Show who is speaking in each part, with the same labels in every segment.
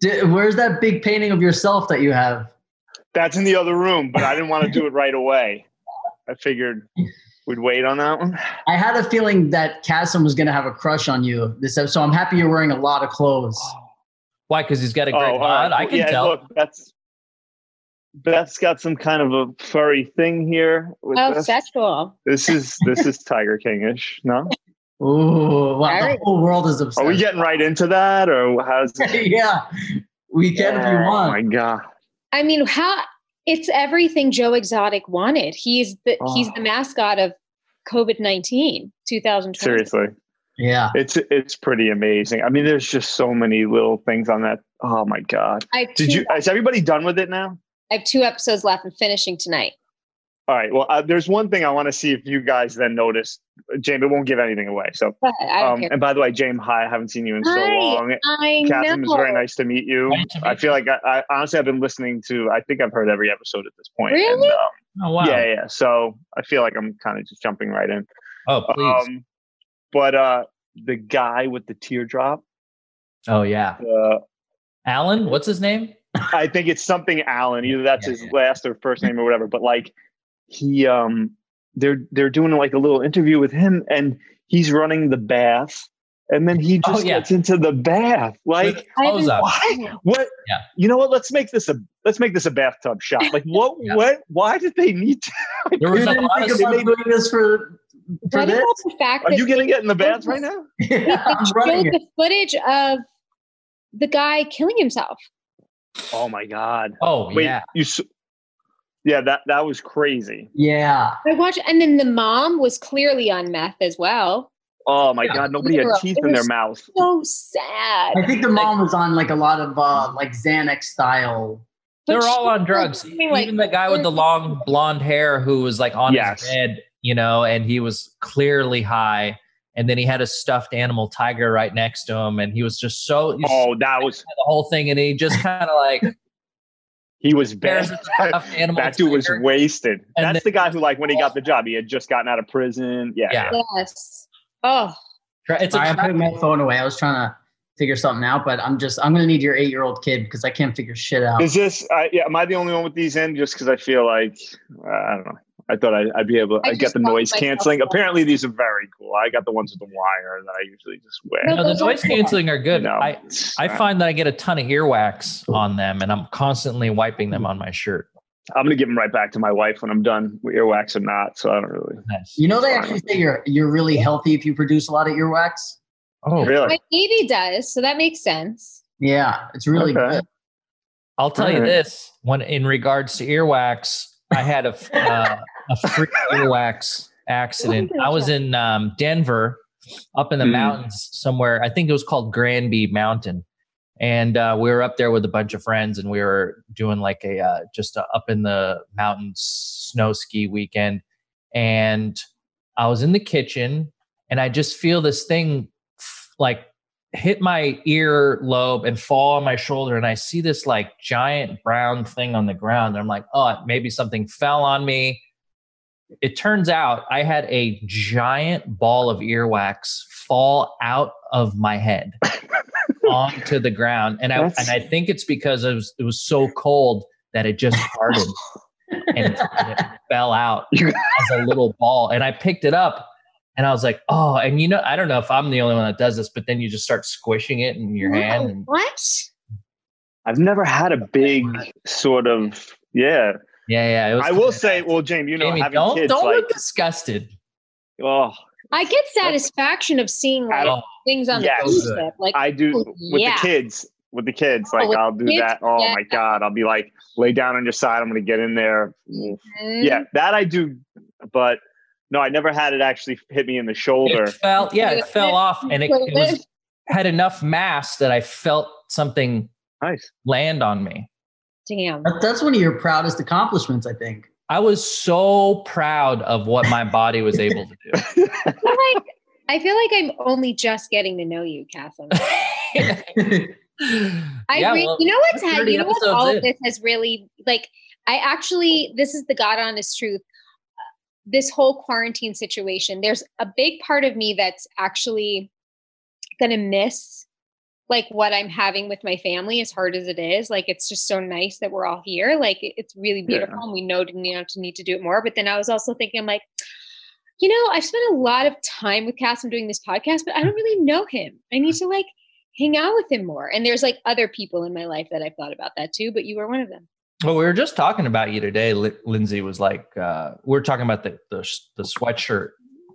Speaker 1: Did, where's that big painting of yourself that you have?
Speaker 2: That's in the other room, but I didn't want to do it right away. I figured we'd wait on that one.
Speaker 1: I had a feeling that Cassim was going to have a crush on you this episode. So I'm happy you're wearing a lot of clothes.
Speaker 3: Why? Because he's got a great
Speaker 2: Oh, all
Speaker 3: bod.
Speaker 2: right.
Speaker 3: I can
Speaker 2: Yeah,
Speaker 3: tell.
Speaker 2: Look, that's Beth's got some kind of a furry thing here. With
Speaker 4: Oh,
Speaker 2: this.
Speaker 4: sexual.
Speaker 2: this is this is Tiger Kingish. No,
Speaker 1: Ooh, wow, the
Speaker 4: Very-
Speaker 1: whole world is obsessed.
Speaker 2: are we getting right into that, or how's it?
Speaker 1: yeah, we can if you
Speaker 2: Oh my
Speaker 1: want.
Speaker 2: god!
Speaker 4: I mean, how it's everything Joe Exotic wanted. He's the he's the
Speaker 2: Oh.
Speaker 4: mascot of COVID nineteen, two thousand twenty.
Speaker 2: Seriously,
Speaker 1: Yeah,
Speaker 2: it's it's pretty amazing. I mean, there's just so many little things on that. Oh my god!
Speaker 4: I have, two,
Speaker 2: Did you? Is everybody done with it now?
Speaker 4: I have two episodes left. I'm finishing tonight.
Speaker 2: All right. Well, uh, there's one thing I want to see if you guys then notice. James, it won't give anything away. So,
Speaker 4: But I don't
Speaker 2: um,
Speaker 4: care.
Speaker 2: and by the way, James, hi. I haven't seen you in so
Speaker 4: Hi.
Speaker 2: long.
Speaker 4: I
Speaker 2: Catherine,
Speaker 4: know.
Speaker 2: it's very nice to meet you.
Speaker 3: Nice to meet
Speaker 2: I feel like I, I honestly I've been listening to. I think I've heard every episode at this point.
Speaker 4: Really?
Speaker 2: um,
Speaker 3: Oh wow.
Speaker 2: Yeah, yeah. So I feel like I'm kind of just jumping right in.
Speaker 3: Oh please.
Speaker 2: Um, but uh, the guy with the teardrop,
Speaker 3: oh yeah.
Speaker 2: uh,
Speaker 3: Alan, what's his name?
Speaker 2: I think it's something Alan. Either that's
Speaker 3: Yeah,
Speaker 2: his
Speaker 3: yeah.
Speaker 2: last or first name or whatever. But like, he um, they're they're doing like a little interview with him, and he's running the bath, and then he
Speaker 3: Oh,
Speaker 2: just
Speaker 3: yeah.
Speaker 2: gets into the bath. Like,
Speaker 3: With clothes up.
Speaker 2: why? What?
Speaker 3: Yeah.
Speaker 2: You know what? Let's make this a let's make this a bathtub shot. Like, what?
Speaker 3: Yeah.
Speaker 2: What? Why did they need to?
Speaker 3: There
Speaker 1: you
Speaker 3: was a
Speaker 1: didn't
Speaker 3: lot
Speaker 1: think
Speaker 3: of
Speaker 1: about doing this for for
Speaker 4: What
Speaker 1: this.
Speaker 4: about the fact
Speaker 2: Are
Speaker 4: that
Speaker 2: you gonna get in the bath right now?
Speaker 1: Yeah, I'm
Speaker 4: they showed
Speaker 1: running it.
Speaker 4: the footage of the guy killing himself?
Speaker 2: Oh my god!
Speaker 3: Oh
Speaker 2: Wait,
Speaker 3: yeah.
Speaker 2: you? s yeah, that that was crazy.
Speaker 1: Yeah,
Speaker 4: I watched, and then the mom was clearly on meth as well.
Speaker 2: Oh my
Speaker 3: Yeah.
Speaker 2: god! Nobody had
Speaker 4: Literal.
Speaker 2: teeth
Speaker 4: It
Speaker 2: in their
Speaker 4: was-
Speaker 2: mouth.
Speaker 4: So sad.
Speaker 1: I think the mom was on like a lot of uh, like Xanax style.
Speaker 4: But
Speaker 3: They're all
Speaker 4: she
Speaker 3: on
Speaker 4: was
Speaker 3: drugs.
Speaker 4: doing, like,
Speaker 3: Even the guy with the long blonde hair who was like on
Speaker 2: Yes.
Speaker 3: his bed, you know, and he was clearly high. And then he had a stuffed animal tiger right next to him, and he was just so he's
Speaker 2: Oh, that was
Speaker 3: the whole thing, and he just kind of like
Speaker 2: he was
Speaker 3: There's
Speaker 2: bad.
Speaker 3: stuffed animal.
Speaker 2: That dude was
Speaker 3: tiger.
Speaker 2: wasted.
Speaker 3: And
Speaker 2: That's the
Speaker 3: then-
Speaker 2: guy who, like, when he got the job, he had just gotten out of prison. Yeah,
Speaker 3: Yeah.
Speaker 4: Yes. Oh,
Speaker 3: It's a
Speaker 1: Sorry, I'm
Speaker 3: trap.
Speaker 1: putting my phone away. I was trying to figure something out, but I'm just I'm gonna need your eight year old kid because I can't figure shit out.
Speaker 2: Is this? I yeah, am I the only one with these in? Just because I feel like uh, I don't know. I thought I, I'd be able.
Speaker 4: I
Speaker 2: I get
Speaker 4: just
Speaker 2: the
Speaker 4: love
Speaker 2: noise
Speaker 4: myself
Speaker 2: canceling.
Speaker 4: more.
Speaker 2: Apparently, these are very cool. I got the ones with the wire that I usually just wear.
Speaker 4: No,
Speaker 3: No, the
Speaker 4: those are
Speaker 3: noise
Speaker 4: cool.
Speaker 3: canceling are good.
Speaker 2: You know,
Speaker 3: I
Speaker 2: it's- uh,
Speaker 3: I find that I get a ton of earwax on them, and I'm constantly wiping them on my shirt.
Speaker 2: I'm gonna give them right back to my wife when I'm done with earwax or not. So I don't really.
Speaker 3: Nice.
Speaker 1: You know they actually say you're you're really healthy if you produce a lot of earwax.
Speaker 3: Oh,
Speaker 2: Really?
Speaker 4: my baby does. So that makes sense.
Speaker 1: Yeah, it's really
Speaker 2: Okay.
Speaker 1: good.
Speaker 3: I'll tell you
Speaker 2: Alright.
Speaker 3: this: when in regards to earwax, I had a f- uh, a freak earwax accident. I was in um, Denver, up in the
Speaker 2: Hmm.
Speaker 3: mountains somewhere. I think it was called Granby Mountain, and uh, we were up there with a bunch of friends, and we were doing like a uh, just a up in the mountains snow ski weekend. And I was in the kitchen, and I just feel this thing f- like hit my ear lobe and fall on my shoulder and i see this like giant brown thing on the ground and i'm like oh maybe something fell on me it turns out i had a giant ball of earwax fall out of my head onto the ground and i
Speaker 2: That's-
Speaker 3: and i think it's because it was it was so cold that it just hardened and it, and it fell out
Speaker 2: You-
Speaker 3: as a little ball. And I picked it up and I was like, oh, and you know, I don't know if I'm the only one that does this, but then you just start squishing it in your
Speaker 4: Wow,
Speaker 3: hand. And
Speaker 4: What?
Speaker 2: I've never had a big sort of yeah.
Speaker 3: yeah, yeah. It was
Speaker 2: I will say, well, James, you know,
Speaker 3: Jamie,
Speaker 2: having
Speaker 3: don't,
Speaker 2: kids,
Speaker 3: don't
Speaker 2: like,
Speaker 3: look disgusted.
Speaker 2: oh,
Speaker 4: I get satisfaction of seeing like
Speaker 3: Oh,
Speaker 4: things on
Speaker 2: Yes.
Speaker 4: the doorstep. Like
Speaker 2: I do
Speaker 4: Oh,
Speaker 2: with
Speaker 4: yeah.
Speaker 2: the kids. With the kids,
Speaker 4: Oh,
Speaker 2: like
Speaker 4: with
Speaker 2: I'll do
Speaker 4: kids,
Speaker 2: that. Oh
Speaker 4: yeah.
Speaker 2: my god, I'll be like, lay down on your side. I'm gonna get in there.
Speaker 4: mm,
Speaker 2: Yeah, that I do, but no, I never had it actually hit me in the shoulder.
Speaker 3: it fell, yeah, it fell off and it, it was, had enough mass that I felt something
Speaker 2: Nice.
Speaker 3: land on me.
Speaker 4: Damn.
Speaker 1: That- That's one of your proudest accomplishments, I think.
Speaker 3: I was so proud of what my body was able to do.
Speaker 4: I feel like I feel like I'm only just getting to know you, Catherine. I
Speaker 3: Yeah,
Speaker 4: re-
Speaker 3: well,
Speaker 4: you know what's
Speaker 3: that's
Speaker 4: had,
Speaker 3: 30
Speaker 4: you know what
Speaker 3: episodes
Speaker 4: all
Speaker 3: in.
Speaker 4: of this has really like I actually this is the god honest truth. Uh, This whole quarantine situation, there's a big part of me that's actually gonna miss like what I'm having with my family, as hard as it is. Like it's just so nice that we're all here. Like it- it's really beautiful, and we know didn't you know, to need to do it more. But then I was also thinking, I'm like, you know, I've spent a lot of time with Cass. I'm doing this podcast, but I don't really know him. I need to like hang out with him more. And there's like other people in my life that I've thought about that too. But you were one of them.
Speaker 3: Well, we were just talking about you today. Li- Lindsay was like, uh, we were talking about the the, s- the sweatshirt.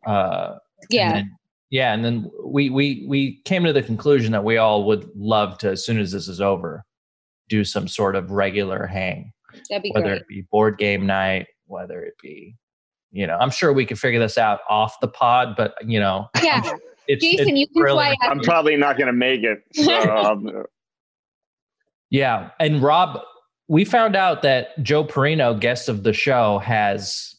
Speaker 3: Uh,
Speaker 4: Yeah.
Speaker 3: And then- yeah, and then we we we came to the conclusion that we all would love to, as soon as this is over, do some sort of regular hang,
Speaker 4: That'd be
Speaker 3: whether
Speaker 4: great.
Speaker 3: it be board game night, whether it be, you know, I'm sure we could figure this out off the pod, but you know,
Speaker 4: Yeah.
Speaker 3: it's,
Speaker 4: Jason,
Speaker 3: it's
Speaker 4: you can fly
Speaker 3: brilliant.
Speaker 4: out.
Speaker 2: I'm probably not going to make it. So, um,
Speaker 3: Yeah. And Rob, we found out that Joe Perino, guest of the show, has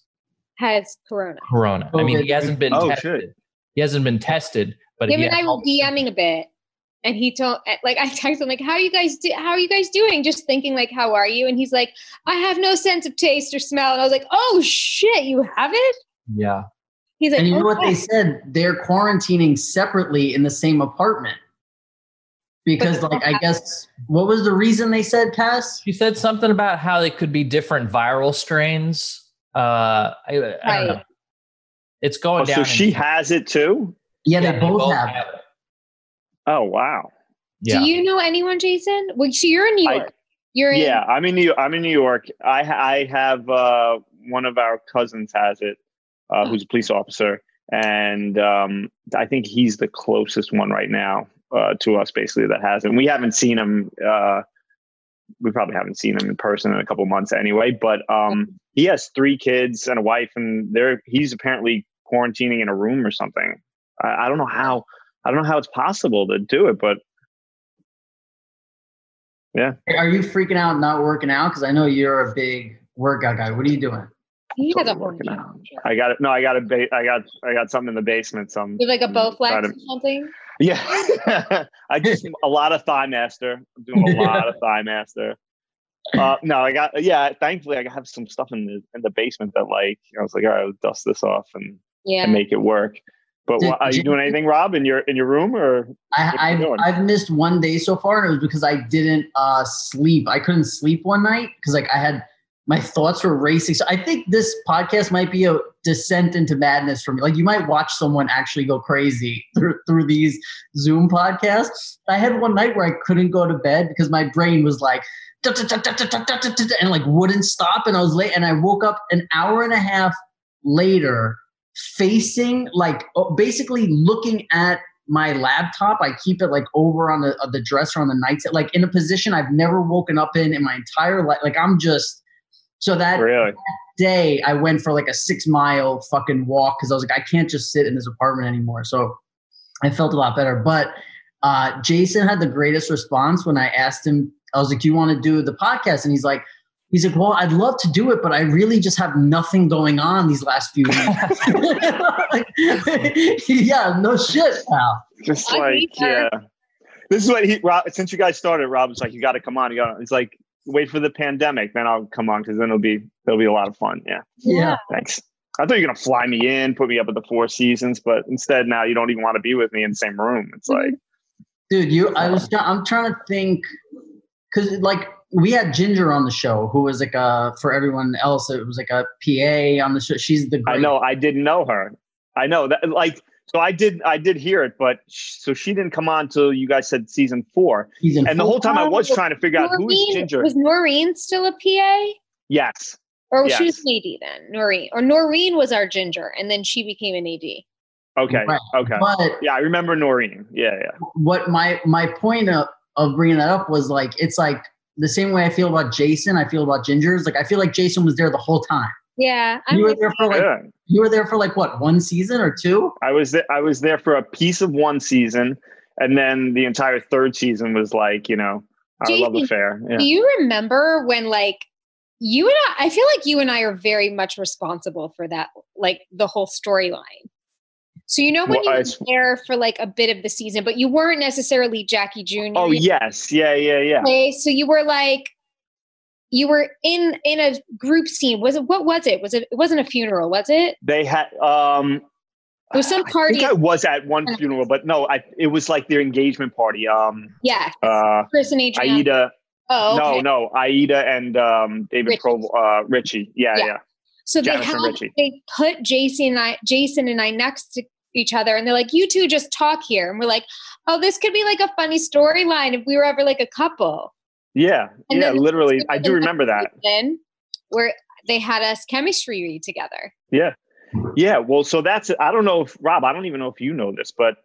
Speaker 4: Has Corona.
Speaker 3: Corona. I mean, he
Speaker 1: COVID.
Speaker 3: hasn't been
Speaker 2: Oh,
Speaker 3: tested. He hasn't been tested, but
Speaker 4: Him
Speaker 3: he
Speaker 4: and I
Speaker 3: had
Speaker 4: were
Speaker 3: all the symptoms.
Speaker 4: DMing a bit, and he told eh, like I texted him like How are you guys? Do- how are you guys doing? Just thinking like How are you? And he's like I have no sense of taste or smell, and I was like Oh shit, you have it?
Speaker 3: Yeah.
Speaker 4: He's like
Speaker 1: And you know
Speaker 4: "Oh,
Speaker 1: what they
Speaker 4: yeah."
Speaker 1: said? They're quarantining separately in the same apartment. Because,
Speaker 4: But-
Speaker 1: like, I guess, what was the reason they said, Cass?
Speaker 3: She said something about how they could be different viral strains. Uh, I, I don't know.
Speaker 4: Right.
Speaker 3: It's going
Speaker 2: oh,
Speaker 3: down.
Speaker 2: so
Speaker 3: in-
Speaker 2: she has it too?
Speaker 1: Yeah, they both, have. it.
Speaker 3: it.
Speaker 2: Oh, wow.
Speaker 3: Yeah.
Speaker 4: Do you know anyone, Jason? Well, so you're in New
Speaker 2: I-
Speaker 4: York. you're in.
Speaker 2: Yeah, I'm in New. I'm in New York. I ha- I have uh, one of our cousins has it, uh,
Speaker 4: Hmm.
Speaker 2: who's a police officer, and um, I think he's the closest one right now uh, to us, basically that has it. And we haven't seen him. Uh, we probably haven't seen him in person in a couple months anyway. But um, he has three kids and a wife, and they're he's apparently quarantining in a room or something. I, I don't know how. I don't know how it's possible to do it, but
Speaker 1: Are you freaking out not working out? Because I know you're a big workout guy. What are you doing?
Speaker 4: He has a
Speaker 2: Totally
Speaker 4: whole
Speaker 2: working out.
Speaker 4: show.
Speaker 2: I got it. No, I got a ba- I got I got something in the basement. Some
Speaker 4: With like a
Speaker 2: Mm,
Speaker 4: Bowflex
Speaker 2: try to-
Speaker 4: or something.
Speaker 2: yeah. I just a lot of thigh master. I'm doing a lot of thigh master. Uh, no, I got yeah. Thankfully, I have some stuff in the in the basement that like I was like, all right, I'll dust this off and,
Speaker 4: Yeah.
Speaker 2: and make it work. But
Speaker 1: Did-
Speaker 2: wha- are you
Speaker 1: did-
Speaker 2: doing anything, Rob, in your in your room or?
Speaker 1: I,
Speaker 2: What you
Speaker 1: I've,
Speaker 2: doing?
Speaker 1: I've missed one day so far, and it was because I didn't uh, sleep. I couldn't sleep one night because like I had my thoughts were racing. So I think this podcast might be a descent into madness for me. Like you might watch someone actually go crazy through through these Zoom podcasts. I had one night where I couldn't go to bed because my brain was like "Duh, duh, duh, duh, duh, duh, duh, duh, duh," and like wouldn't stop, and I was late, and I woke up an hour and a half later facing like oh, basically looking at my laptop. I keep it like over on the on the dresser on the nightstand, like in a position I've never woken up in in my entire life. Like I'm just so that
Speaker 2: Really?
Speaker 1: day I went for like a six mile fucking walk because I was like I can't just sit in this apartment anymore. So I felt a lot better. But uh, Jason had the greatest response when I asked him. I was like, "Do you want to do the podcast?" And he's like. He's like, well, I'd love to do it, but I really just have nothing going on these last few weeks. Like, yeah, no shit, pal.
Speaker 2: Just
Speaker 4: I
Speaker 2: like
Speaker 4: think uh,
Speaker 2: yeah.
Speaker 4: that-
Speaker 2: This is what he Rob. Since you guys started, Rob was like, you got to come on. You got. It's like wait for the pandemic, then I'll come on because then it'll be it'll be a lot of fun. Yeah.
Speaker 1: Yeah.
Speaker 2: Thanks. I thought you were gonna fly me in, put me up at the Four Seasons, but instead now you don't even want to be with me in the same room. It's like
Speaker 1: dude you i
Speaker 2: Uh,
Speaker 1: was i'm trying to think because like we had ginger on the show who was like a for everyone else it was like a pa on the show she's the
Speaker 2: I
Speaker 4: Mm-hmm.
Speaker 1: great,
Speaker 2: know I didn't know her. I know that like so I did I did hear it, but sh- so she didn't come on till you guys said season four,
Speaker 1: she's in
Speaker 2: and the
Speaker 1: full-
Speaker 2: whole time I was trying to figure out who is
Speaker 4: Noreen-
Speaker 2: Ginger.
Speaker 4: Was Noreen still a PA?
Speaker 2: Yes,
Speaker 4: Or she was
Speaker 2: Yes.
Speaker 4: an AD then, Noreen. Or Noreen was our ginger, and then she became an AD.
Speaker 2: okay,
Speaker 1: Right.
Speaker 2: okay,
Speaker 1: but
Speaker 2: yeah, I remember Noreen. Yeah, yeah,
Speaker 1: what my my point of, of bringing that up was like it's like the same way i feel about jason i feel about ginger is like i feel like jason was there the whole time
Speaker 4: Yeah.
Speaker 1: you
Speaker 4: I'm
Speaker 1: were
Speaker 4: with
Speaker 1: there for like
Speaker 2: yeah.
Speaker 1: you were there for like what one season or two
Speaker 2: I was there. I was there for a piece of one season, and then the entire third season was like you know our love
Speaker 4: Jason,
Speaker 2: affair. Yeah.
Speaker 4: Do you remember when like you and I I feel like you and I are very much responsible for that, like the whole storyline. So you know when
Speaker 2: Well,
Speaker 4: you
Speaker 2: I
Speaker 4: were
Speaker 2: s-
Speaker 4: there for like a bit of the season, but you weren't necessarily Jackie Jr.
Speaker 2: Oh yes, yeah, yeah, yeah.
Speaker 4: play. So you were like you were in in a group scene. Was it what was it? Was it it wasn't a funeral, was it?
Speaker 2: They had um
Speaker 4: There was some
Speaker 2: I
Speaker 4: party.
Speaker 2: think I was at one funeral, but no, I it was like their engagement party. Um,
Speaker 4: yeah,
Speaker 2: uh,
Speaker 4: Chris and Adrian.
Speaker 2: Aida.
Speaker 4: oh,
Speaker 2: No,
Speaker 4: okay.
Speaker 2: no, Aida and um, David
Speaker 4: Richie.
Speaker 2: Provo, uh, Richie. Yeah,
Speaker 4: Yeah.
Speaker 2: yeah,
Speaker 4: So they
Speaker 2: Janice and
Speaker 4: had,
Speaker 2: Richie.
Speaker 4: they put Jason and I, Jason and I next to each other, and they're like, "You two just talk here," and we're like, "Oh, this could be like a funny storyline if we were ever like a couple."
Speaker 2: yeah,
Speaker 4: And
Speaker 2: yeah.
Speaker 4: then-
Speaker 2: Literally, I do remember that.
Speaker 4: Then where they had us chemistry read together.
Speaker 2: Yeah, well, so that's I don't know if Rob, I don't even know if you know this, but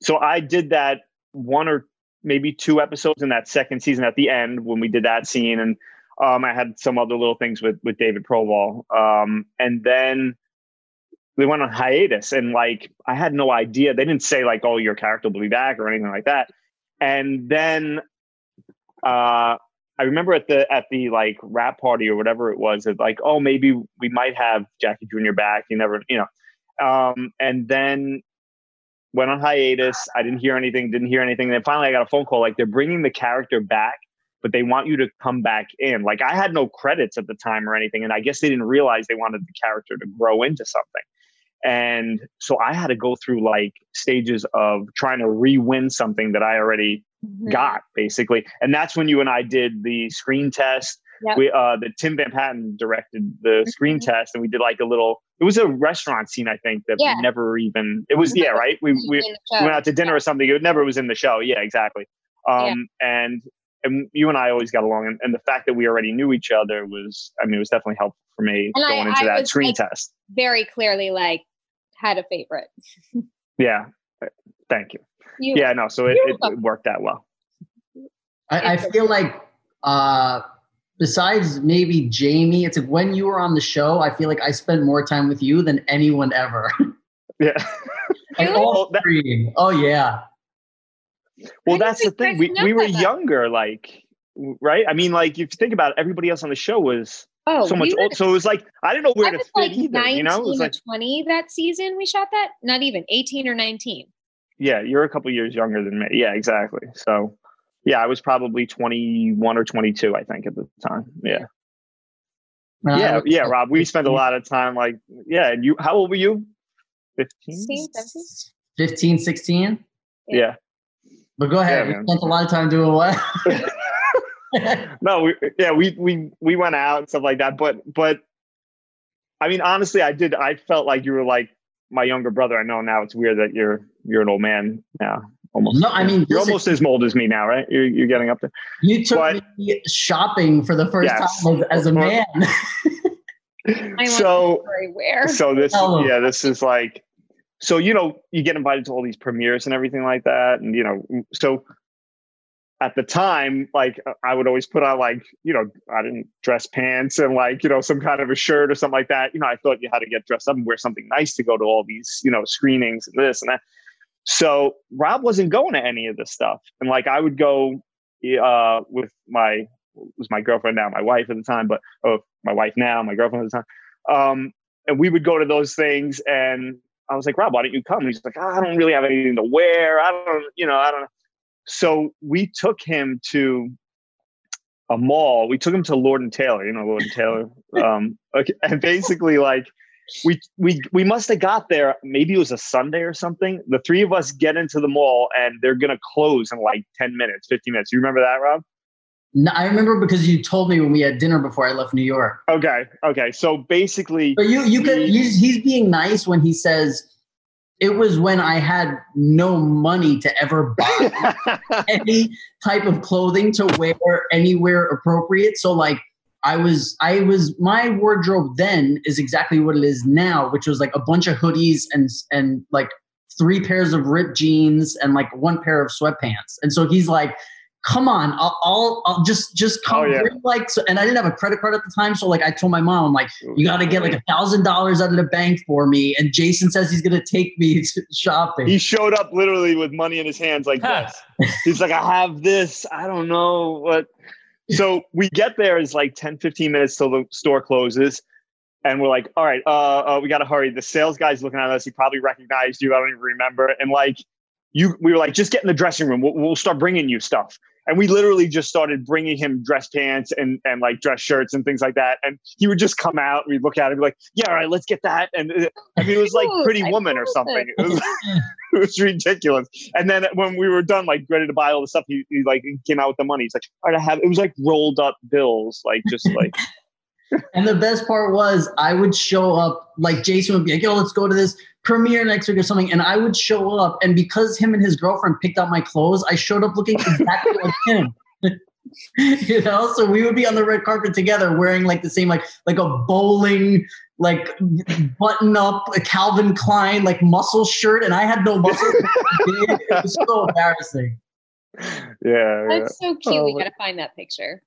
Speaker 2: so I did that one or maybe two episodes in that second season at the end when we did that scene, and um, I had some other little things with with David Provol, um, and then they went on hiatus, and like I had no idea. They didn't say like, "Oh, your character will be back" or anything like that, and then. Uh, I remember at the at the like rap party or whatever it was, it like, oh, maybe we might have Jackie Jr. back. You never, you know. Um, and then went on hiatus. I didn't hear anything. Didn't hear anything. Then finally, I got a phone call. Like they're bringing the character back, but they want you to come back in. Like I had no credits at the time or anything, and I guess they didn't realize they wanted the character to grow into something. And so I had to go through like stages of trying to re-win something that I already
Speaker 4: Mm-hmm.
Speaker 2: got basically and that's when you and i did the screen test
Speaker 4: Yep.
Speaker 2: we uh the tim van patten directed the screen
Speaker 4: Mhm.
Speaker 2: test and we did like a little it was a restaurant scene i think that
Speaker 4: Yeah. uh,
Speaker 2: we never even it was yeah right we we
Speaker 4: In the
Speaker 2: we went
Speaker 4: show.
Speaker 2: out to dinner or something it never was in the show yeah exactly um and and you and i always got along and, and the fact that we already knew each other was i mean it was definitely helpful for me
Speaker 4: And I-
Speaker 2: going into
Speaker 4: I
Speaker 2: that
Speaker 4: was,
Speaker 2: screen
Speaker 4: like-
Speaker 2: test
Speaker 4: Very clearly, like had a favorite.
Speaker 2: yeah thank you
Speaker 4: You
Speaker 2: yeah no so it,
Speaker 4: You're
Speaker 2: it, it worked out well
Speaker 1: I, I feel like uh, besides maybe Jamie, it's like when you were on the show, I feel like I spent more time with you than anyone ever.
Speaker 2: yeah
Speaker 1: Like,
Speaker 4: Really?
Speaker 1: all
Speaker 2: Well, that-
Speaker 1: three. Oh yeah.
Speaker 2: Well,
Speaker 4: I don't
Speaker 2: that's the thing.
Speaker 4: think Chris
Speaker 2: We,
Speaker 4: knows
Speaker 2: we were
Speaker 4: about that.
Speaker 2: younger, like, w- right? I mean, like, if you think about it, everybody else on the show was
Speaker 4: Oh,
Speaker 2: so much
Speaker 4: we were
Speaker 2: old. So it was like, I didn't know where
Speaker 4: I
Speaker 2: to
Speaker 4: was
Speaker 2: fit
Speaker 4: like
Speaker 2: either.
Speaker 4: 19
Speaker 2: You know, it was
Speaker 4: or
Speaker 2: like,
Speaker 4: 20 that season we shot that. Not even 18 or 19.
Speaker 2: yeah, you're a couple years younger than me. Yeah, exactly. So, yeah, I was probably 21 or 22, I think, at the time. Yeah.
Speaker 1: Uh,
Speaker 2: yeah. Yeah. Rob, we spent a lot of time, like, yeah. And you, how old were you? 15?
Speaker 4: 16, 17?
Speaker 1: 15, 16.
Speaker 2: Yeah.
Speaker 1: But go ahead.
Speaker 2: Yeah, man.
Speaker 1: we spent a lot of time doing what?
Speaker 2: no, we, yeah, we we we went out and stuff like that. But but I mean, honestly, I did. I felt like you were like my younger brother. I know now it's weird that you're you're an old man now. Almost.
Speaker 1: No, I mean,
Speaker 2: you're
Speaker 1: this is-
Speaker 2: almost as old as me now, right? You're you're getting up there.
Speaker 1: you took
Speaker 2: But-
Speaker 1: me shopping for the first
Speaker 2: Yes.
Speaker 1: time as, as a man.
Speaker 4: I
Speaker 2: So
Speaker 4: everywhere.
Speaker 2: so this
Speaker 1: Tell 'em.
Speaker 2: yeah this is like so you know you get invited to all these premieres and everything like that and you know so at the time like i would always put on like you know i didn't dress pants and like you know some kind of a shirt or something like that you know i thought you had to get dressed up and wear something nice to go to all these you know screenings and this and that so rob wasn't going to any of this stuff and like i would go uh with my was my girlfriend now my wife at the time but oh my wife now my girlfriend at the time um and we would go to those things and I was like, Rob, why don't you come? And he's like, I don't really have anything to wear. I don't, you know, I don't. So we took him to a mall. We took him to Lord and Taylor, you know, Lord and Taylor. Um, okay, and basically, like, we we we must have got there. Maybe it was a Sunday or something. The three of us get into the mall, and they're gonna close in like ten minutes, fifteen minutes. You remember that, Rob?
Speaker 1: No, I remember because you told me when we had dinner before I left New York.
Speaker 2: Okay, okay. So basically,
Speaker 1: But you, you could. He's, he's being nice when he says it was when I had no money to ever buy any type of clothing to wear anywhere appropriate. So like I was I was my wardrobe then is exactly what it is now, which was like a bunch of hoodies and and like three pairs of ripped jeans and like one pair of sweatpants. And so he's like, "Come on, I'll I'll, I'll just just come
Speaker 2: Oh, yeah.
Speaker 1: bring, like." So, and I didn't have a credit card at the time, so like I told my mom, I'm like, "You got to get like a thousand dollars out of the bank for me." And Jason says he's gonna take me to shopping.
Speaker 2: he showed up literally with money in his hands like
Speaker 3: Huh.
Speaker 2: this. He's like, I have this. I don't know what. So we get there, it's like 10, 15 minutes till the store closes. And we're like, all right, uh, uh, we got to hurry. The sales guy's looking at us. He probably recognized you. I don't even remember. And like, you, we were like, just get in the dressing room. We'll, we'll start bringing you stuff. And we literally just started bringing him dress pants and, and like dress shirts and things like that. And he would just come out and we'd look at it and be like, yeah, all right, let's get that. And uh, I mean, it was like
Speaker 4: Cute.
Speaker 2: Pretty
Speaker 4: I
Speaker 2: Woman or
Speaker 4: love
Speaker 2: something.
Speaker 4: it.
Speaker 2: It was, it was ridiculous. And then when we were done, like ready to buy all the stuff, he, he like came out with the money. He's like, all right, I have, it was like rolled up bills, like just like,
Speaker 1: And the best part was I would show up, like Jason would be like, yo, let's go to this premiere next week or something. And I would show up. And because him and his girlfriend picked out my clothes, I showed up looking exactly like him. you know, so we would be on the red carpet together wearing like the same, like like a bowling, like button up, a Calvin Klein, like muscle shirt. And I had no muscle. it was so embarrassing.
Speaker 2: yeah. yeah.
Speaker 4: That's so cute.
Speaker 2: Oh,
Speaker 4: we
Speaker 2: my-
Speaker 4: gotta find that picture.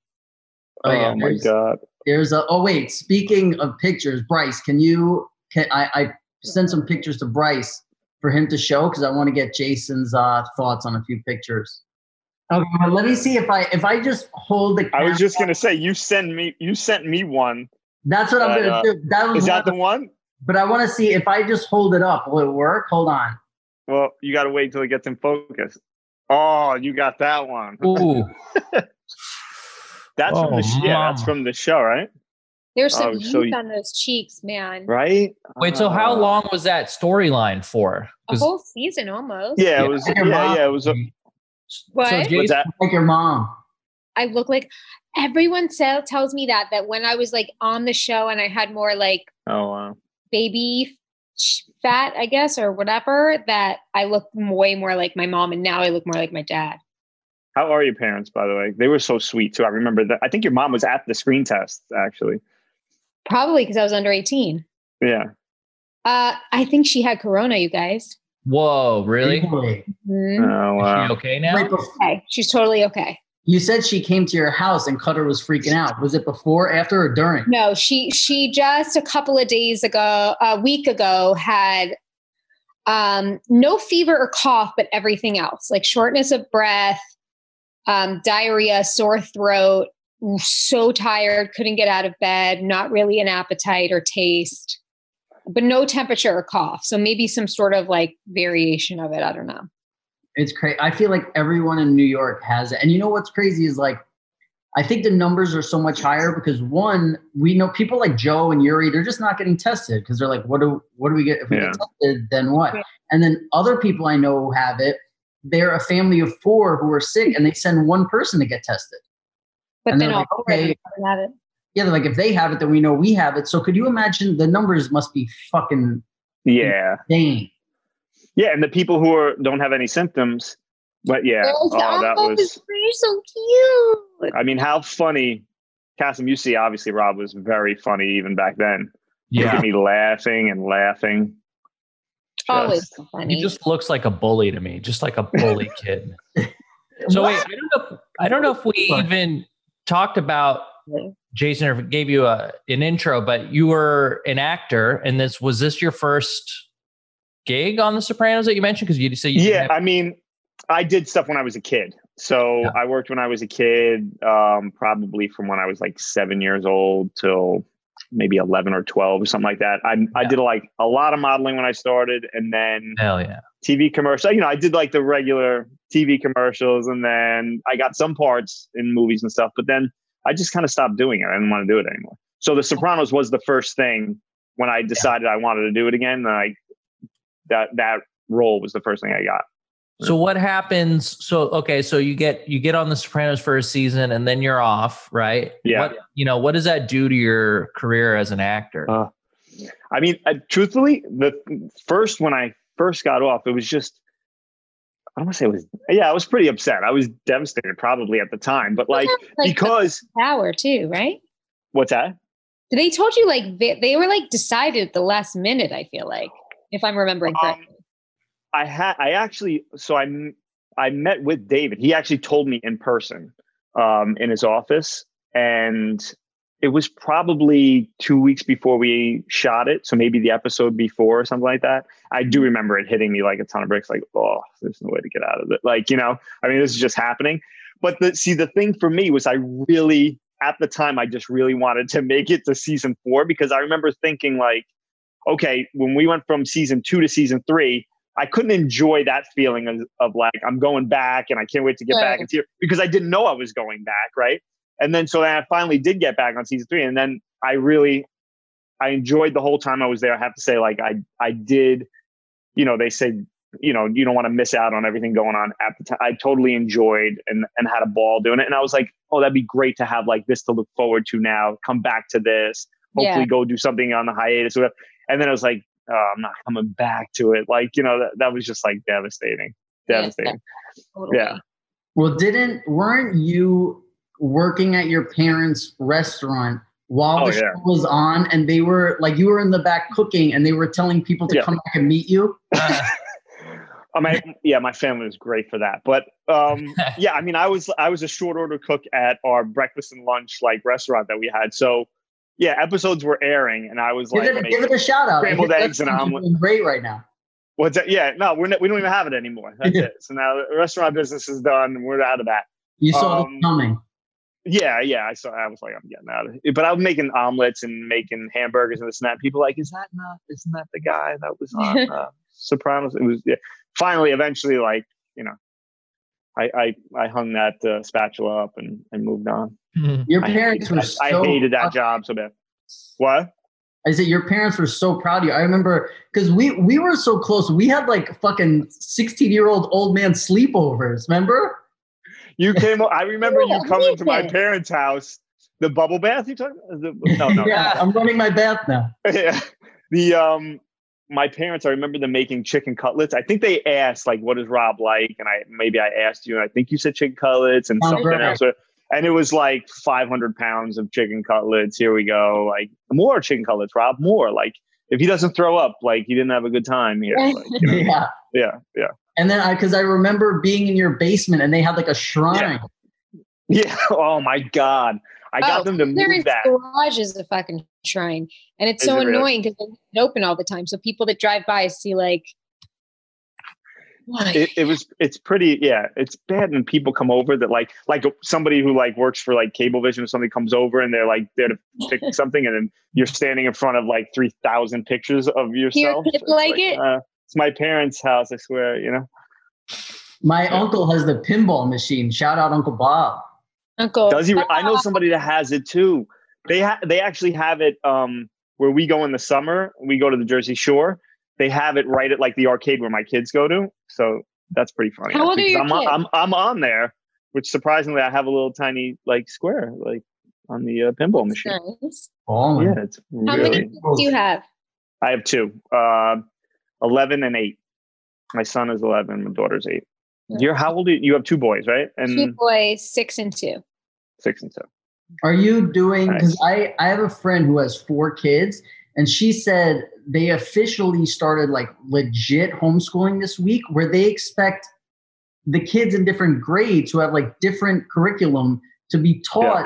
Speaker 1: Oh, yeah,
Speaker 2: my
Speaker 1: there's-
Speaker 2: God.
Speaker 1: There's a. Oh wait, speaking of pictures, Bryce, can you? Can I? I sent some pictures to Bryce for him to show because I want to get Jason's uh, thoughts on a few pictures. Okay, well, let me see if I if I just hold the.
Speaker 2: I
Speaker 1: camera-
Speaker 2: was just gonna say you send me you sent me one.
Speaker 1: That's what I'm gonna
Speaker 2: Uh,
Speaker 1: do. That was
Speaker 2: Is that
Speaker 1: one,
Speaker 4: Uh-huh.
Speaker 2: the one?
Speaker 1: but I want to see if I just hold it up. Will it work? Hold on.
Speaker 2: Well, you gotta wait till it gets in focus. Oh, you got that one.
Speaker 3: Ooh.
Speaker 2: That's from
Speaker 3: Oh,
Speaker 2: the sh- yeah, that's
Speaker 3: mama.
Speaker 2: from the show, right?
Speaker 4: There's some
Speaker 2: Oh,
Speaker 4: youth
Speaker 2: so you-
Speaker 4: on those cheeks, man.
Speaker 2: Right?
Speaker 3: Wait, so how
Speaker 2: Uh,
Speaker 3: long was that storyline for?
Speaker 4: A
Speaker 3: 'Cause-
Speaker 4: whole season almost.
Speaker 2: Yeah, it was
Speaker 1: Like
Speaker 2: yeah,
Speaker 1: your mom.
Speaker 2: yeah, it was a,
Speaker 4: What?
Speaker 3: So
Speaker 2: was
Speaker 3: Jason,
Speaker 2: that
Speaker 1: Like your mom.
Speaker 4: I look like everyone tell, tells me that that when I was like on the show and I had more like
Speaker 2: Oh wow.
Speaker 4: baby sh- fat, I guess, or whatever, that I looked m- way more like my mom, and now I look more like my dad.
Speaker 2: How are your parents, by the way? They were so sweet too. I remember that I think your mom was at the screen test, actually.
Speaker 4: Probably because I was under eighteen.
Speaker 2: Yeah.
Speaker 4: Uh, I think she had corona, you guys.
Speaker 3: whoa, really? Is
Speaker 1: Really?
Speaker 4: Mhm.
Speaker 2: Oh
Speaker 3: Mm-hmm. she
Speaker 2: wow.
Speaker 3: okay now?
Speaker 1: Wait, bef-
Speaker 4: Okay, she's totally okay.
Speaker 1: you said she came to your house and Cutter was freaking out. Was it before, after, or during?
Speaker 4: No, she she just a couple of days ago, a week ago, had um, no fever or cough, but everything else like shortness of breath, um, diarrhea, sore throat, so tired, couldn't get out of bed, not really an appetite or taste, but no temperature or cough. So maybe some sort of like variation of it. I don't know.
Speaker 1: It's crazy. I feel like everyone in New York has it. And you know what's crazy is like, I think the numbers are so much higher because one, we know people like Joe and Yuri, they're just not getting tested because they're like, what do what do we get if we
Speaker 2: Yeah.
Speaker 1: get tested? Then what?
Speaker 4: Yeah.
Speaker 1: And then other people I know who have it, they're a family of four who are sick and they send one person to get tested.
Speaker 4: But
Speaker 1: And
Speaker 4: then
Speaker 1: they're
Speaker 4: all
Speaker 1: like, okay.
Speaker 4: have it.
Speaker 1: Yeah, they're like if they have it, then we know we have it. So could you imagine the numbers must be fucking
Speaker 2: Yeah.
Speaker 1: insane?
Speaker 2: Yeah, and the people who are don't have any symptoms. But yeah,
Speaker 4: There's
Speaker 2: oh,
Speaker 4: the
Speaker 2: that
Speaker 4: envelope
Speaker 2: was
Speaker 4: is- You're so cute.
Speaker 2: I mean, how funny, Cassim, you see, obviously, Rob was very funny even back then. Look
Speaker 3: Yeah.
Speaker 2: at me laughing and laughing.
Speaker 4: Always
Speaker 2: Just-
Speaker 4: funny.
Speaker 3: He just looks like a bully to me, just like a bully kid. So wait, I don't know. If, I don't know if we even talked about Jason or if it gave you a an intro, but you were an actor, and this was this your first gig on The Sopranos that you mentioned because you said you didn't
Speaker 2: yeah,
Speaker 3: have-
Speaker 2: I mean, I did stuff when I was a kid. So
Speaker 3: Yeah.
Speaker 2: I worked when I was a kid, um, probably from when I was like seven years old till maybe 11 or 12 or something like that. I, I
Speaker 3: Yeah.
Speaker 2: did like a lot of modeling when I started and then
Speaker 3: hell yeah.
Speaker 2: TV commercial. You know, I did like the regular TV commercials, and then I got some parts in movies and stuff. But then I just kind of stopped doing it. I didn't want to do it anymore. So The Sopranos was the first thing when I decided I wanted to do it again. Then I that that role was the first thing I got.
Speaker 3: So what happens? So okay, so you get you get on The Sopranos for a season, and then you're off, right?
Speaker 2: Yeah.
Speaker 3: What, you know what does that do to your career as an actor?
Speaker 2: Uh, I mean, I, truthfully, the first when I first got off, it was just I don't want to say it was yeah, I was pretty upset. I was devastated probably at the time, but like
Speaker 4: Like,
Speaker 2: because
Speaker 4: Power too, right?
Speaker 2: what's that?
Speaker 4: They told you like they, they were like decided at the last minute. I feel like, if I'm remembering
Speaker 2: Um,
Speaker 4: correctly,
Speaker 2: I had I actually so I m- I met with David. He actually told me in person um, in his office, and it was probably two weeks before we shot it. So maybe the episode before or something like that. I do remember it hitting me like a ton of bricks. Like, oh, there's no way to get out of it. Like, you know, I mean, this is just happening. But the, see, the thing for me was I really at the time I just really wanted to make it to season four because I remember thinking like, okay, when we went from season two to season three. I couldn't enjoy that feeling of, of like I'm going back and I can't wait to get
Speaker 4: Right.
Speaker 2: back and see her because I didn't know I was going back, right? And then so then I finally did get back on season three, and then I really I enjoyed the whole time I was there. I have to say, like I I did, you know, they say you know you don't want to miss out on everything going on at the time. I totally enjoyed and and had a ball doing it, and I was like, oh, that'd be great to have like this to look forward to now. Come back to this, hopefully
Speaker 4: Yeah.
Speaker 2: go do something on the hiatus, or whatever. and then I was like, oh, I'm not coming back to it. Like you know that that was just like devastating,
Speaker 4: Yeah.
Speaker 2: devastating.
Speaker 4: Totally.
Speaker 2: Yeah.
Speaker 1: Well, didn't weren't you working at your parents' restaurant while
Speaker 2: Oh,
Speaker 1: the
Speaker 2: yeah.
Speaker 1: show was on, and they were like you were in the back cooking, and they were telling people to
Speaker 2: Yeah.
Speaker 1: come back and meet you?
Speaker 2: Uh. I mean, yeah, my family was great for that. But um, yeah, I mean, I was I was a short order cook at our breakfast and lunch like restaurant that we had. So yeah, episodes were airing, and I was
Speaker 1: Give
Speaker 2: like,
Speaker 1: it, a-
Speaker 2: making-
Speaker 1: give it a shout out. I
Speaker 2: scrambled
Speaker 1: think
Speaker 2: eggs and
Speaker 1: that's
Speaker 2: omelet.
Speaker 1: doing Great right now.
Speaker 2: what's that? Yeah, no, we're not, we don't even have it anymore. That's it. So now the restaurant business is done, and we're out of that.
Speaker 1: You saw
Speaker 2: Um,
Speaker 1: this coming.
Speaker 2: Yeah, yeah, I saw. I was like, I'm getting out of it. But I'm making omelets and making hamburgers and this and that. People like, is that not? Isn't that the guy that was on uh, Sopranos? It was. Yeah. Finally, eventually, like you know, I I, I hung that uh, spatula up and, and moved on.
Speaker 1: Your
Speaker 2: I
Speaker 1: parents
Speaker 2: hated
Speaker 1: were
Speaker 2: that-
Speaker 1: so.
Speaker 2: I hated that
Speaker 1: proud-
Speaker 2: job so bad. What?
Speaker 1: I said your parents were so proud of you. I remember because we we were so close. We had like fucking sixteen year old old man sleepovers. Remember?
Speaker 2: You came. o- I remember
Speaker 4: Yeah,
Speaker 2: you coming to my
Speaker 4: amazing.
Speaker 2: parents' house. The bubble bath you talking? The, Oh, no, no,
Speaker 1: yeah, I'm running my bath now.
Speaker 2: yeah. The um my parents, I remember them making chicken cutlets. I think they asked like what is Rob like? And I maybe I asked you and I think you said chicken cutlets and
Speaker 1: Sounds
Speaker 2: something
Speaker 1: right.
Speaker 2: else. And it was like five hundred pounds of chicken cutlets. Here we go. Like more chicken cutlets, Rob, more. Like if he doesn't throw up, like he didn't have a good time here. Like, you know,
Speaker 1: Yeah.
Speaker 2: yeah, yeah.
Speaker 1: And then I, because I remember being in your basement and they had like a shrine.
Speaker 2: Yeah. Oh my God. I got
Speaker 4: Oh,
Speaker 2: them to
Speaker 4: Clarence's
Speaker 2: move that.
Speaker 4: garage is a fucking shrine, and it's
Speaker 2: Is
Speaker 4: so
Speaker 2: it really?
Speaker 4: annoying because it's open all the time. So people that drive by see like, why?
Speaker 2: it, it was it's pretty yeah it's bad when people come over that like like somebody who like works for like cablevision or something comes over and they're like there to pick something and then you're standing in front of like 3000 pictures of yourself
Speaker 4: people
Speaker 2: It's
Speaker 4: like it?
Speaker 2: uh, it's my parents house i swear you know
Speaker 1: My
Speaker 2: Yeah.
Speaker 1: uncle has the pinball machine. Shout out Uncle Bob.
Speaker 4: Uncle
Speaker 2: does he
Speaker 4: Bob.
Speaker 2: i know somebody that has it too they ha- they actually have it um where we go in the summer we go to the jersey shore they have it right at like the arcade where my kids go to so that's pretty funny
Speaker 4: How old are
Speaker 2: actually, 'cause
Speaker 4: your
Speaker 2: I'm, on-
Speaker 4: kids?
Speaker 2: I'm i'm on there which surprisingly i have a little tiny like square like on the uh, pinball machine
Speaker 4: Nice.
Speaker 1: Oh,
Speaker 2: yeah it's
Speaker 4: How
Speaker 2: really
Speaker 4: many kids do you have?
Speaker 2: i have two uh 11 and 8 my son is 11 my daughter's 8 you're how old are you? you have two boys right
Speaker 4: two
Speaker 2: and
Speaker 4: boys, six and two.
Speaker 2: six and seven
Speaker 1: Are you doing? Because I I have a friend who has four kids, and she said they officially started like legit homeschooling this week, where they expect the kids in different grades who have like different curriculum to be taught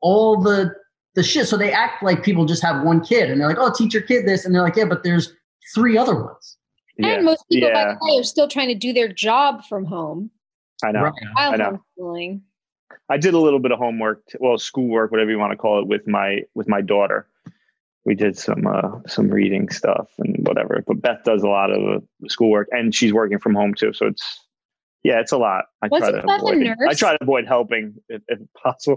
Speaker 1: all the the shit. So they act like people just have one kid, and they're like, "Oh, teach your kid this," and they're like, "Yeah, but there's three other ones."
Speaker 2: yeah
Speaker 4: And most people, by
Speaker 2: Yeah.
Speaker 4: the way, are still trying to do their job from home
Speaker 2: i know
Speaker 1: Right.
Speaker 4: while
Speaker 2: I know.
Speaker 4: homeschooling.
Speaker 2: I did a little bit of homework, well, schoolwork, whatever you want to call it, with my with my daughter. We did some uh, some reading stuff and whatever. But Beth does a lot of uh, schoolwork, and she's working from home too. So it's yeah, it's a lot. I try
Speaker 4: Wasn't
Speaker 2: to
Speaker 4: Beth a
Speaker 2: avoid. I
Speaker 4: nurse?
Speaker 2: try to avoid helping if, if possible.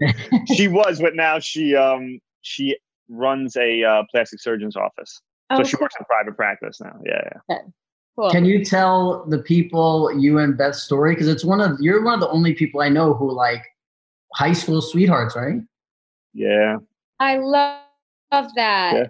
Speaker 2: she was, but now she um she runs a uh, plastic surgeon's office, so
Speaker 4: Oh,
Speaker 2: she
Speaker 4: cool.
Speaker 2: works in private practice now. Yeah, yeah.
Speaker 4: cool.
Speaker 1: Can you tell the people you and Beth's story? Because it's one of you're one of the only people I know who like high school sweethearts, right?
Speaker 2: yeah.
Speaker 4: I love, love that.
Speaker 2: Yeah.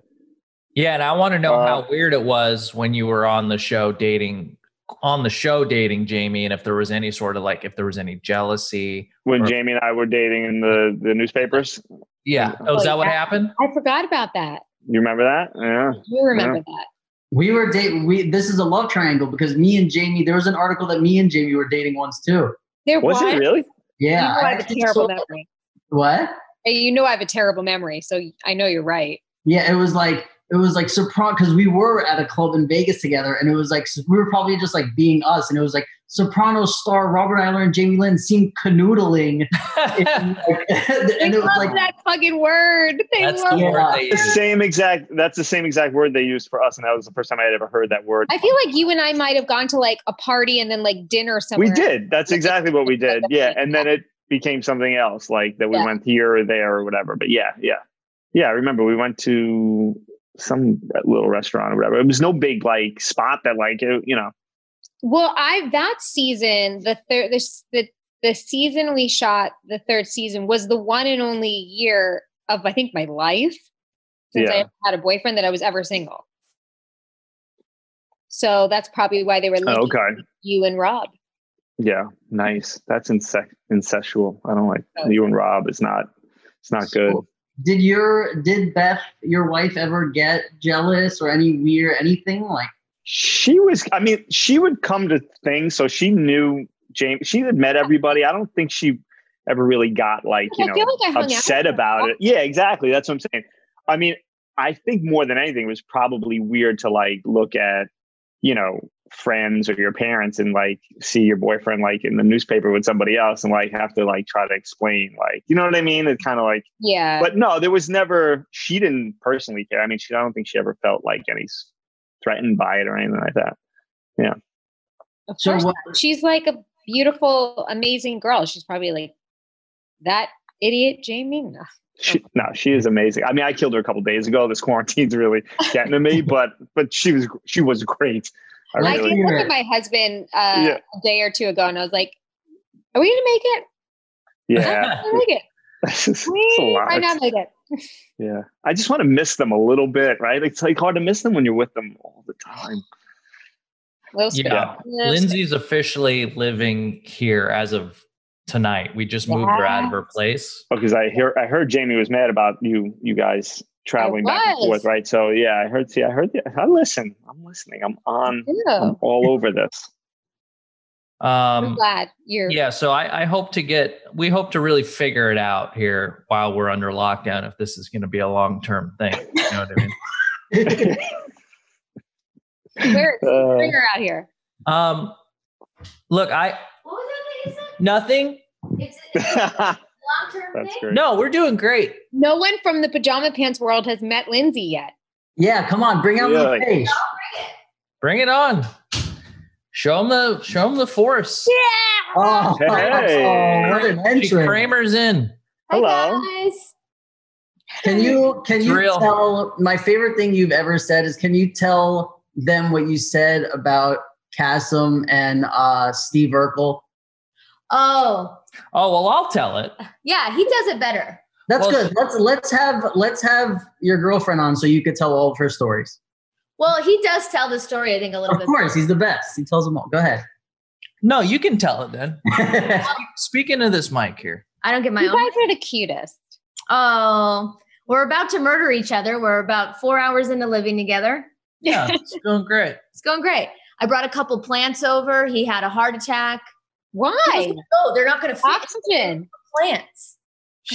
Speaker 3: yeah, and I want to know
Speaker 2: Uh,
Speaker 3: how weird it was when you were on the show dating on the show dating Jamie, and if there was any sort of like if there was any jealousy.
Speaker 2: When
Speaker 3: Or-
Speaker 2: Jamie and I were dating in the the newspapers,
Speaker 3: Yeah. Oh, is
Speaker 4: Oh,
Speaker 3: that what
Speaker 4: yeah.
Speaker 3: happened?
Speaker 4: I forgot about that.
Speaker 2: you remember that? Yeah.
Speaker 4: You remember that.
Speaker 1: We were dating. We this is a love triangle because me and Jamie. There was an article that me and Jamie were dating once too.
Speaker 4: There
Speaker 2: Was it really?
Speaker 4: You know
Speaker 1: Yeah,
Speaker 4: I
Speaker 1: I
Speaker 4: have a
Speaker 1: actually
Speaker 4: terrible
Speaker 1: saw-
Speaker 4: memory.
Speaker 1: what?
Speaker 4: Hey, You know I have a terrible memory, so I know you're right.
Speaker 1: Yeah, it was like it was like surprise because we were at a club in Vegas together, and it was like we were probably just like being us, and it was like Sopranos star Robert Eiler and Jamie Lynn seen canoodling. in, like, and
Speaker 4: they
Speaker 1: it was
Speaker 4: love
Speaker 1: like
Speaker 4: that fucking word. They
Speaker 3: That's
Speaker 4: love
Speaker 3: the
Speaker 1: Yeah.
Speaker 3: word they
Speaker 2: The
Speaker 3: use.
Speaker 2: same exact. That's the same exact word they used for us, and that was the first time I had ever heard that word.
Speaker 4: I feel like you and I might have gone to like a party and then like dinner somewhere.
Speaker 2: we did. That's
Speaker 4: Like,
Speaker 2: exactly what we
Speaker 4: like,
Speaker 2: did. Yeah, and then it became something else, like that we
Speaker 4: Yeah.
Speaker 2: went here or there or whatever. But yeah, yeah, yeah. I remember we went to some little restaurant or whatever. It was no big like spot that like it, you know.
Speaker 4: Well, I that season, the third this the the season we shot the third season was the one and only year of I think my life since
Speaker 2: Yeah.
Speaker 4: I had a boyfriend that I was ever single. So that's probably why they were linking
Speaker 2: Oh, okay.
Speaker 4: you and Rob.
Speaker 2: Yeah. Nice. That's inse- incestual. I don't like
Speaker 4: Oh,
Speaker 2: you and Rob. It's not. It's not good.
Speaker 1: Did your did Beth your wife ever get jealous or any weird anything like?
Speaker 2: She was. I mean, she would come to things, so she knew James. She had met everybody. I don't think she ever really got like you
Speaker 4: I
Speaker 2: know
Speaker 4: feel like I hung
Speaker 2: upset
Speaker 4: out.
Speaker 2: about it. Yeah, exactly. That's what I'm saying. I mean, I think more than anything, it was probably weird to like look at, you know, friends or your parents and like see your boyfriend like in the newspaper with somebody else and like have to like try to explain, like, you know what I mean? It's kind of like,
Speaker 4: Yeah.
Speaker 2: but no, there was never, she didn't personally care. I mean, she, I don't think she ever felt like any s- threatened by it or anything like that.
Speaker 4: Of
Speaker 1: So
Speaker 4: course
Speaker 1: what-
Speaker 4: not. she's like a beautiful, amazing girl. She's probably like that idiot Jamie. No.
Speaker 2: She, no, she is amazing. I mean, I killed her a couple days ago. This quarantine's really getting to me, but, but she was, she was great. I
Speaker 4: I
Speaker 2: really
Speaker 4: did look at my husband uh,
Speaker 2: Yeah.
Speaker 4: a day or two ago, and I was like, "Are we gonna make it?
Speaker 2: Yeah.
Speaker 4: We're gonna make it.
Speaker 2: It's just- it's a
Speaker 4: We
Speaker 2: lot.
Speaker 4: might not make it."
Speaker 2: Yeah. I just want to miss them a little bit, right? It's like hard to miss them when you're with them all the time.
Speaker 4: Little
Speaker 3: Yeah.
Speaker 4: spoon.
Speaker 3: Lindsay's officially living here as of tonight. We just moved her out of her place.
Speaker 2: Because Oh, I hear I heard Jamie was mad about you you guys traveling back and
Speaker 4: was.
Speaker 2: forth, right? So yeah, I heard see, I heard the, I listen. I'm listening. I'm on I'm
Speaker 4: Ew.
Speaker 2: all over this.
Speaker 4: I'm
Speaker 3: Um,
Speaker 4: glad you're.
Speaker 3: yeah, so I, I hope to get, we hope to really figure it out here while we're under lockdown if this is going to be a long term thing. You know what I mean?
Speaker 4: We're
Speaker 2: Uh,
Speaker 4: figure out here.
Speaker 3: Um, look, I,
Speaker 5: What was that that
Speaker 3: nothing.
Speaker 5: you said? It's a long-term
Speaker 2: That's
Speaker 5: thing.
Speaker 2: great.
Speaker 3: No, we're doing great.
Speaker 4: No one from the pajama pants world has met Lindsay yet.
Speaker 1: Yeah, come on, bring out
Speaker 2: Really?
Speaker 1: the face.
Speaker 3: Bring it on. Show them the, show 'em the force.
Speaker 4: Yeah.
Speaker 1: Oh,
Speaker 2: Hey.
Speaker 1: what an
Speaker 3: She-
Speaker 1: entrance!
Speaker 3: Kramer's in.
Speaker 2: Hello.
Speaker 5: Hi guys.
Speaker 1: Can you can
Speaker 3: It's
Speaker 1: you
Speaker 3: real.
Speaker 1: tell my favorite thing you've ever said is can you tell them what you said about Cassim and uh, Steve Urkel?
Speaker 5: Oh,
Speaker 3: Oh, well, I'll tell it.
Speaker 5: yeah, he does it better.
Speaker 1: That's
Speaker 3: Well,
Speaker 1: good. Let's let's have let's have your girlfriend on so you could tell all of her stories.
Speaker 5: Well, he does tell the story, I think, a little
Speaker 1: Of
Speaker 5: bit.
Speaker 1: course, he's the best. He tells them all. Go ahead.
Speaker 3: No, you can tell it then. Speaking of this mic here,
Speaker 5: I don't get my
Speaker 4: you
Speaker 5: own.
Speaker 4: guys are the cutest.
Speaker 5: Oh, we're about to murder each other. We're about four hours into living together.
Speaker 3: yeah, it's going great.
Speaker 5: It's going great. I brought a couple plants over. He had a heart attack.
Speaker 4: Why?
Speaker 5: Oh, they're not going to fit
Speaker 4: Oxygen.
Speaker 5: plants. Oh.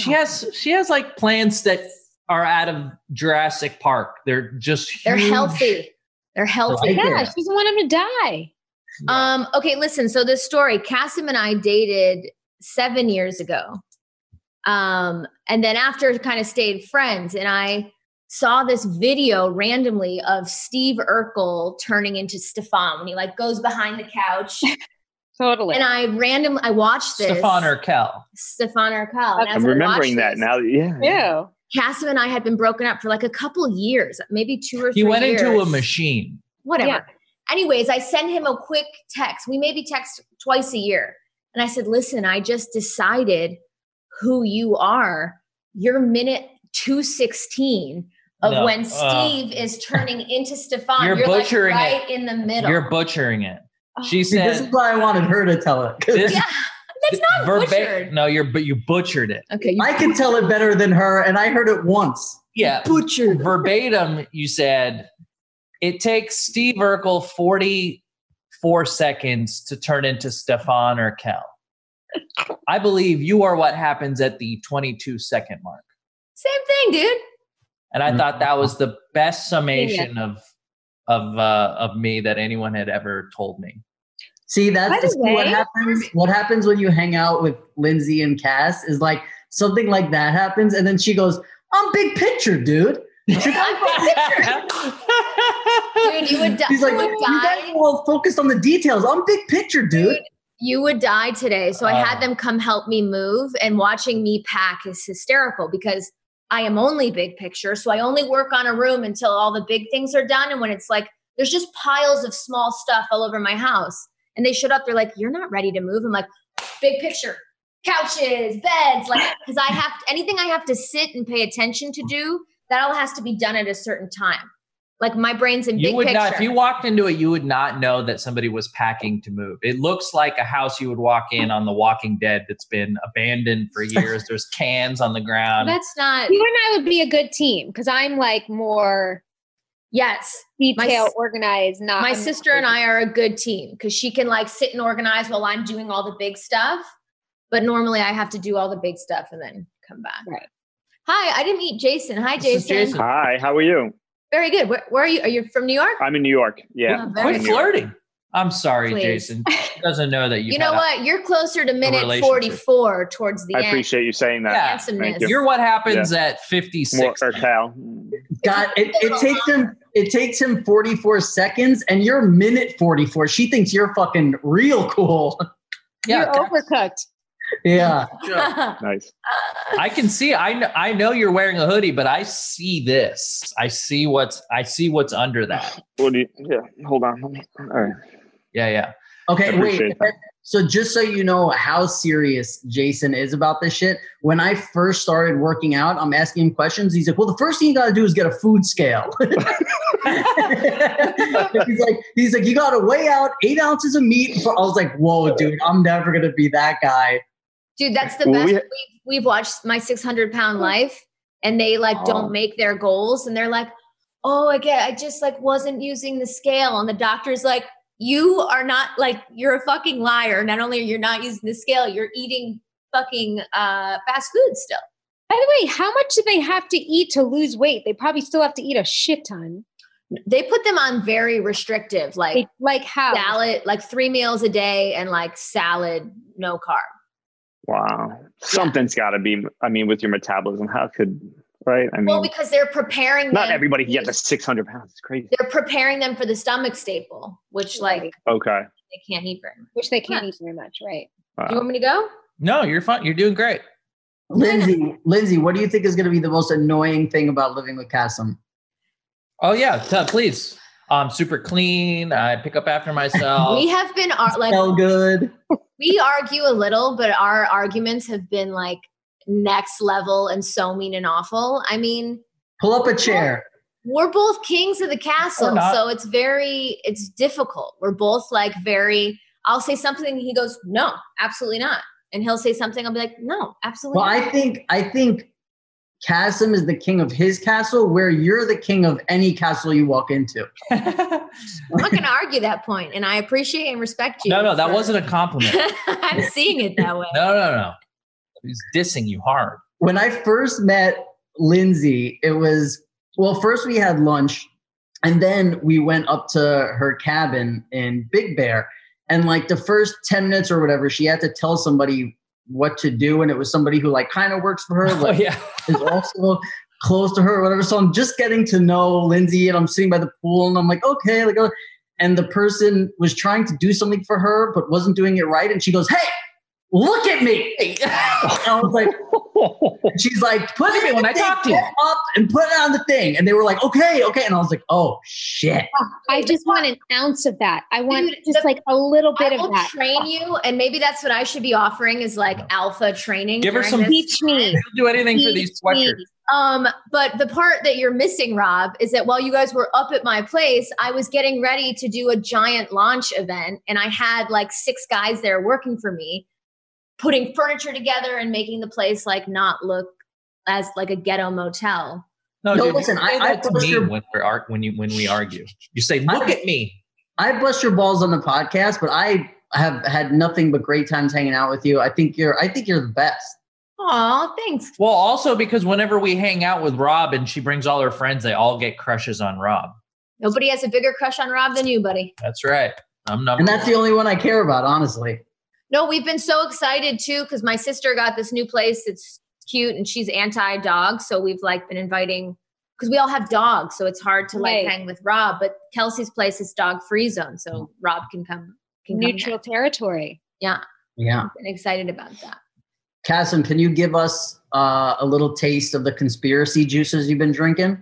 Speaker 3: She has she has like plants that are out of Jurassic Park. They're just
Speaker 5: They're
Speaker 3: huge.
Speaker 5: healthy. They're healthy.
Speaker 1: Right.
Speaker 4: Yeah,
Speaker 1: Yeah.
Speaker 4: she doesn't want him to die.
Speaker 5: Um, okay, listen. So this story, Cassim and I dated seven years ago. Um, and then after kind of stayed friends, and I saw this video randomly of Steve Urkel turning into Stefan when he like goes behind the couch.
Speaker 4: Totally.
Speaker 5: and I randomly I watched this.
Speaker 3: Stefan or Cal.
Speaker 5: Stefan Urkel. And as
Speaker 2: I'm
Speaker 5: I
Speaker 2: remembering
Speaker 5: watched
Speaker 2: that
Speaker 5: this,
Speaker 2: now. Yeah.
Speaker 4: Ew.
Speaker 5: Cassim and I had been broken up for like a couple years, maybe two or
Speaker 3: He
Speaker 5: three
Speaker 3: went into a
Speaker 5: years.
Speaker 3: machine.
Speaker 5: whatever.
Speaker 4: Yeah.
Speaker 5: Anyways, I send him a quick text. We maybe text twice a year. And I said, listen, I just decided who you are. You're minute 216 of
Speaker 3: No,
Speaker 5: when
Speaker 3: uh,
Speaker 5: Steve is turning into Stefan.
Speaker 3: You're
Speaker 5: like,
Speaker 3: butchering it.
Speaker 5: right in the middle.
Speaker 3: You're butchering it.
Speaker 5: Oh.
Speaker 3: She
Speaker 1: See, this is
Speaker 3: said
Speaker 1: why I wanted her to tell it. 'cause
Speaker 3: this
Speaker 5: yeah, that's not
Speaker 3: verba-
Speaker 5: butchered.
Speaker 3: No, you're but you butchered it.
Speaker 5: Okay. You,
Speaker 1: I can tell it better than her, and I heard it once.
Speaker 3: Yeah,
Speaker 1: Butchered.
Speaker 3: verbatim. You said it takes Steve Urkel forty four seconds to turn into Stefan or Cal. I believe you are what happens at the twenty two second mark.
Speaker 5: same thing, dude.
Speaker 3: and I thought that was the best
Speaker 4: Yeah.
Speaker 3: summation of of uh, of me that anyone had ever told me.
Speaker 1: See, that's
Speaker 4: By the
Speaker 1: see, what
Speaker 4: way-
Speaker 1: happens. What happens when you hang out with Lindsay and Cass is like something like that happens, and then she goes, "I'm big picture, dude."
Speaker 5: Dude, you would, di-
Speaker 1: He's like, "Oh,
Speaker 5: you would
Speaker 1: "You guys
Speaker 5: die.
Speaker 1: are all focused on the details. I'm big picture, dude."
Speaker 5: You would die today. So I
Speaker 3: Oh.
Speaker 5: had them come help me move, and watching me pack is hysterical because I am only big picture. So I only work on a room until all the big things are done. And when it's like, there's just piles of small stuff all over my house. And they showed up, they're like, You're not ready to move. I'm like, Big picture, couches, beds, like, because I have anything I have to sit and pay attention to do, that all has to be done at a certain time. Like my brain's in
Speaker 3: you
Speaker 5: big
Speaker 3: would
Speaker 5: picture.
Speaker 3: not if you walked into it you would not know that somebody was packing to move it looks like a house you would walk in on the walking dead that's been abandoned for years there's cans on the ground
Speaker 5: That's not.
Speaker 4: You and I would be a good team because I'm like more
Speaker 5: Yes.
Speaker 4: detail
Speaker 5: s-
Speaker 4: organized.
Speaker 2: Uh,
Speaker 4: Not
Speaker 5: My sister and I are a good team because she can like sit and organize while I'm doing all the big stuff. But normally I have to do all the big stuff and then come back.
Speaker 4: Right.
Speaker 5: Hi, I didn't meet Jason. Hi,
Speaker 3: This is
Speaker 5: Jason.
Speaker 3: Jason.
Speaker 2: Hi, how are you?
Speaker 5: Very good. Where, where are you? Are you from New York?
Speaker 2: I'm in New York. Yeah.
Speaker 5: Oh, very
Speaker 3: quit
Speaker 2: I'm in New York.
Speaker 3: flirting i'm sorry
Speaker 5: Please.
Speaker 3: jason she doesn't know that you
Speaker 5: you know what? You're closer to minute
Speaker 3: relationship.
Speaker 5: 44 towards the
Speaker 2: I
Speaker 5: end.
Speaker 2: appreciate you saying that.
Speaker 3: Yeah.
Speaker 5: Handsomeness.
Speaker 2: Thank you.
Speaker 3: you're what happens at
Speaker 2: More
Speaker 3: 56
Speaker 2: or Cal.
Speaker 1: God, it, it takes him. It takes him 44 seconds, and you're minute 44. She thinks you're fucking real cool.
Speaker 4: You're
Speaker 3: yeah
Speaker 4: overcooked.
Speaker 1: Yeah.
Speaker 2: Nice.
Speaker 3: i can see i know i know you're wearing a hoodie but i see this i see what's i see what's under that
Speaker 2: What do you? Yeah. Hold on. Let me. All right.
Speaker 3: yeah yeah
Speaker 1: Okay, wait.
Speaker 2: Appreciate that.
Speaker 1: So just so you know how serious Jason is about this shit, when I first started working out, I'm asking him questions. He's like, "Well, the first thing you got to do is get a food scale." he's like, "He's like, you got to weigh out eight ounces of meat." I was like, "Whoa, dude, I'm never gonna be that guy."
Speaker 5: Dude, that's the
Speaker 2: Well,
Speaker 5: best.
Speaker 2: we-
Speaker 5: We, have we've watched My 600 Pound Life, and they like
Speaker 2: Oh.
Speaker 5: don't make their goals, and they're like, "Oh, I get, I just like wasn't using the scale," and the doctor's like, "You are not like you're a fucking liar. Not only are you not using the scale, you're eating fucking uh, fast food still."
Speaker 4: By the way, how much do they have to eat to lose weight? They probably still have to eat a shit ton.
Speaker 5: They put them on very restrictive, like
Speaker 4: Like, like how?
Speaker 5: salad, like three meals a day, and like salad, no carb.
Speaker 2: Wow. Something's got to be. I mean, with your metabolism, how could? Right. I mean,
Speaker 5: Well, because they're preparing
Speaker 2: not
Speaker 5: them-
Speaker 2: everybody can get to 600 pounds. It's crazy.
Speaker 5: They're preparing them for the stomach staple, which like
Speaker 4: Right.
Speaker 2: Okay.
Speaker 5: they can't eat very much.
Speaker 4: Which they can't eat very much, right?
Speaker 5: Do you
Speaker 2: Wow.
Speaker 5: want me to go?
Speaker 3: no you're fine you're doing great
Speaker 1: Lindsay, Lindsay, what do you think is gonna be the most annoying thing about living with Kasim?
Speaker 3: oh yeah t- please i'm super clean i pick up after myself
Speaker 5: We have been ar- like
Speaker 1: Smell good.
Speaker 5: we argue a little, but our arguments have been like next level and so mean and awful. I mean,
Speaker 1: Pull up a chair.
Speaker 5: we're both kings of the
Speaker 3: Or
Speaker 5: castle,
Speaker 3: not.
Speaker 5: so it's very it's difficult. We're both like very. I'll say something, and he goes, "No, absolutely not," and he'll say something. I'll be like, "No, absolutely."
Speaker 1: Well,
Speaker 5: not.
Speaker 1: I think I think Kasim is the king of his castle, where you're the king of any castle you walk into.
Speaker 5: I'm not going to argue that point, and I appreciate and respect you.
Speaker 3: no no that
Speaker 5: for-
Speaker 3: wasn't a compliment
Speaker 5: I'm seeing it that way.
Speaker 3: No, no, no. He's dissing you hard.
Speaker 1: when I first met Lindsay, it was well, first we had lunch and then we went up to her cabin in Big Bear. And like the first 10 minutes or whatever, she had to tell somebody what to do. And it was somebody who like kind of works for her,
Speaker 3: Oh
Speaker 1: but
Speaker 3: yeah.
Speaker 1: is also close to her or whatever. So I'm just getting to know Lindsay and I'm sitting by the pool and I'm like, okay, like, uh, and the person was trying to do something for her, but wasn't doing it right. And she goes, Hey, look at me. And I was like, and she's like, put
Speaker 3: Look at
Speaker 1: it
Speaker 3: me when I
Speaker 1: thing
Speaker 3: talk to you.
Speaker 1: up and put it on the thing. And they were like, okay, okay. And I was like, oh shit.
Speaker 4: I just want an ounce of that. I want
Speaker 5: Dude,
Speaker 4: just
Speaker 5: the-
Speaker 4: like a little bit
Speaker 5: I
Speaker 4: of
Speaker 5: will
Speaker 4: that.
Speaker 5: train you, and maybe that's what I should be offering is like
Speaker 3: No.
Speaker 5: alpha training.
Speaker 3: Give her
Speaker 5: during
Speaker 3: some-
Speaker 5: this.
Speaker 4: Teach me.
Speaker 3: He'll do anything for these
Speaker 4: Teach me.
Speaker 3: sweatshirts.
Speaker 5: Um, but the part that you're missing, Rob, is that while you guys were up at my place, I was getting ready to do a giant launch event, and I had like six guys there working for me, putting furniture together and making the place like not look as like a ghetto motel.
Speaker 1: No,
Speaker 3: Oh, dude,
Speaker 1: listen,
Speaker 3: you
Speaker 1: I-
Speaker 3: say
Speaker 1: I
Speaker 3: that to
Speaker 1: push
Speaker 3: me
Speaker 1: your-
Speaker 3: when we're ar- when you when we argue. You say,
Speaker 1: I-
Speaker 3: "Look at me."
Speaker 1: I bust your balls on the podcast, but I have had nothing but great times hanging out with you. I think you're, I think you're the best.
Speaker 5: Aw, thanks.
Speaker 3: Well, also because whenever we hang out with Rob and she brings all her friends, they all get crushes on Rob.
Speaker 5: Nobody has a bigger crush on Rob than you, buddy.
Speaker 3: That's right. I'm number
Speaker 1: And that's the only one I care about, honestly.
Speaker 5: No, we've been so excited too because my sister got this new place. It's cute and she's anti dog. So we've like been inviting because we all have dogs. So it's hard to like
Speaker 4: Right.
Speaker 5: hang with Rob. But Kelsey's place is dog free zone. So Rob can come. Can come
Speaker 4: Neutral territory.
Speaker 1: Yeah.
Speaker 5: and excited about that.
Speaker 1: Kasim, can you give us uh, a little taste of the conspiracy juices you've been drinking?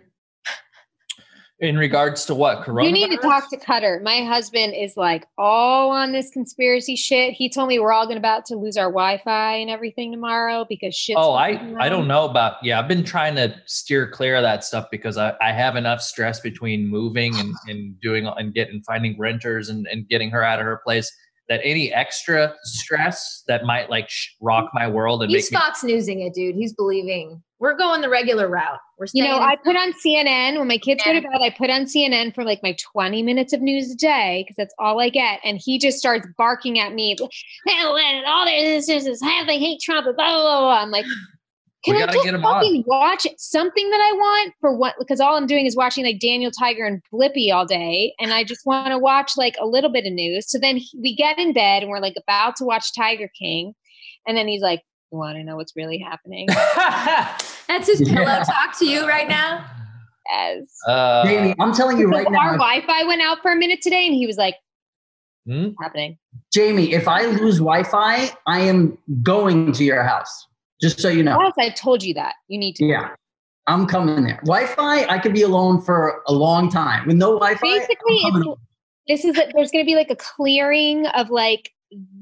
Speaker 3: in regards to what coronavirus.
Speaker 4: You need to talk to Cutter. My husband is like all on this conspiracy shit. He told me we're all going about to lose our Wi-Fi and everything tomorrow because shit.
Speaker 3: Oh, I I don't know about yeah. I've been trying to steer clear of that stuff because I, I have enough stress between moving and, and doing and getting finding renters and, and getting her out of her place that any extra stress that might like sh- rock my world and
Speaker 5: He's
Speaker 3: make me
Speaker 5: Fox Newsing it, dude. He's believing. We're going the regular route. We're
Speaker 4: You
Speaker 5: staying.
Speaker 4: know, I put on CNN when my kids go
Speaker 5: Yeah.
Speaker 4: to bed. I put on CNN for like my 20 minutes of news a day because that's all I get. And he just starts barking at me. "Man, when All this is is how they hate Trump. and Blah blah blah. blah." I'm like,
Speaker 3: We
Speaker 4: can I
Speaker 3: gotta
Speaker 4: just
Speaker 3: get him on."
Speaker 4: fucking watch something that I want for what? Because all I'm doing is watching like Daniel Tiger and Blippi all day, and I just want to watch like a little bit of news. So then he- we get in bed and we're like about to watch Tiger King, and then he's like, "You want to know what's really happening?"
Speaker 5: That's his pillow
Speaker 1: Yeah.
Speaker 5: talk to you right now.
Speaker 4: Yes.
Speaker 3: uh,
Speaker 1: Jamie, I'm telling you
Speaker 4: So
Speaker 1: right
Speaker 4: our
Speaker 1: now, if-
Speaker 4: Wi-Fi went out for a minute today, and he was like,
Speaker 3: hmm?
Speaker 4: "Happening."
Speaker 1: Jamie, if I lose Wi Fi, I am going to your house, just so you know.
Speaker 4: Yes, I told you that. You need to.
Speaker 1: Yeah. I'm coming there. Wi Fi, I could be alone for a long time. With no Wi Fi,
Speaker 4: Basically, it's, this is that there's going to be like a clearing of like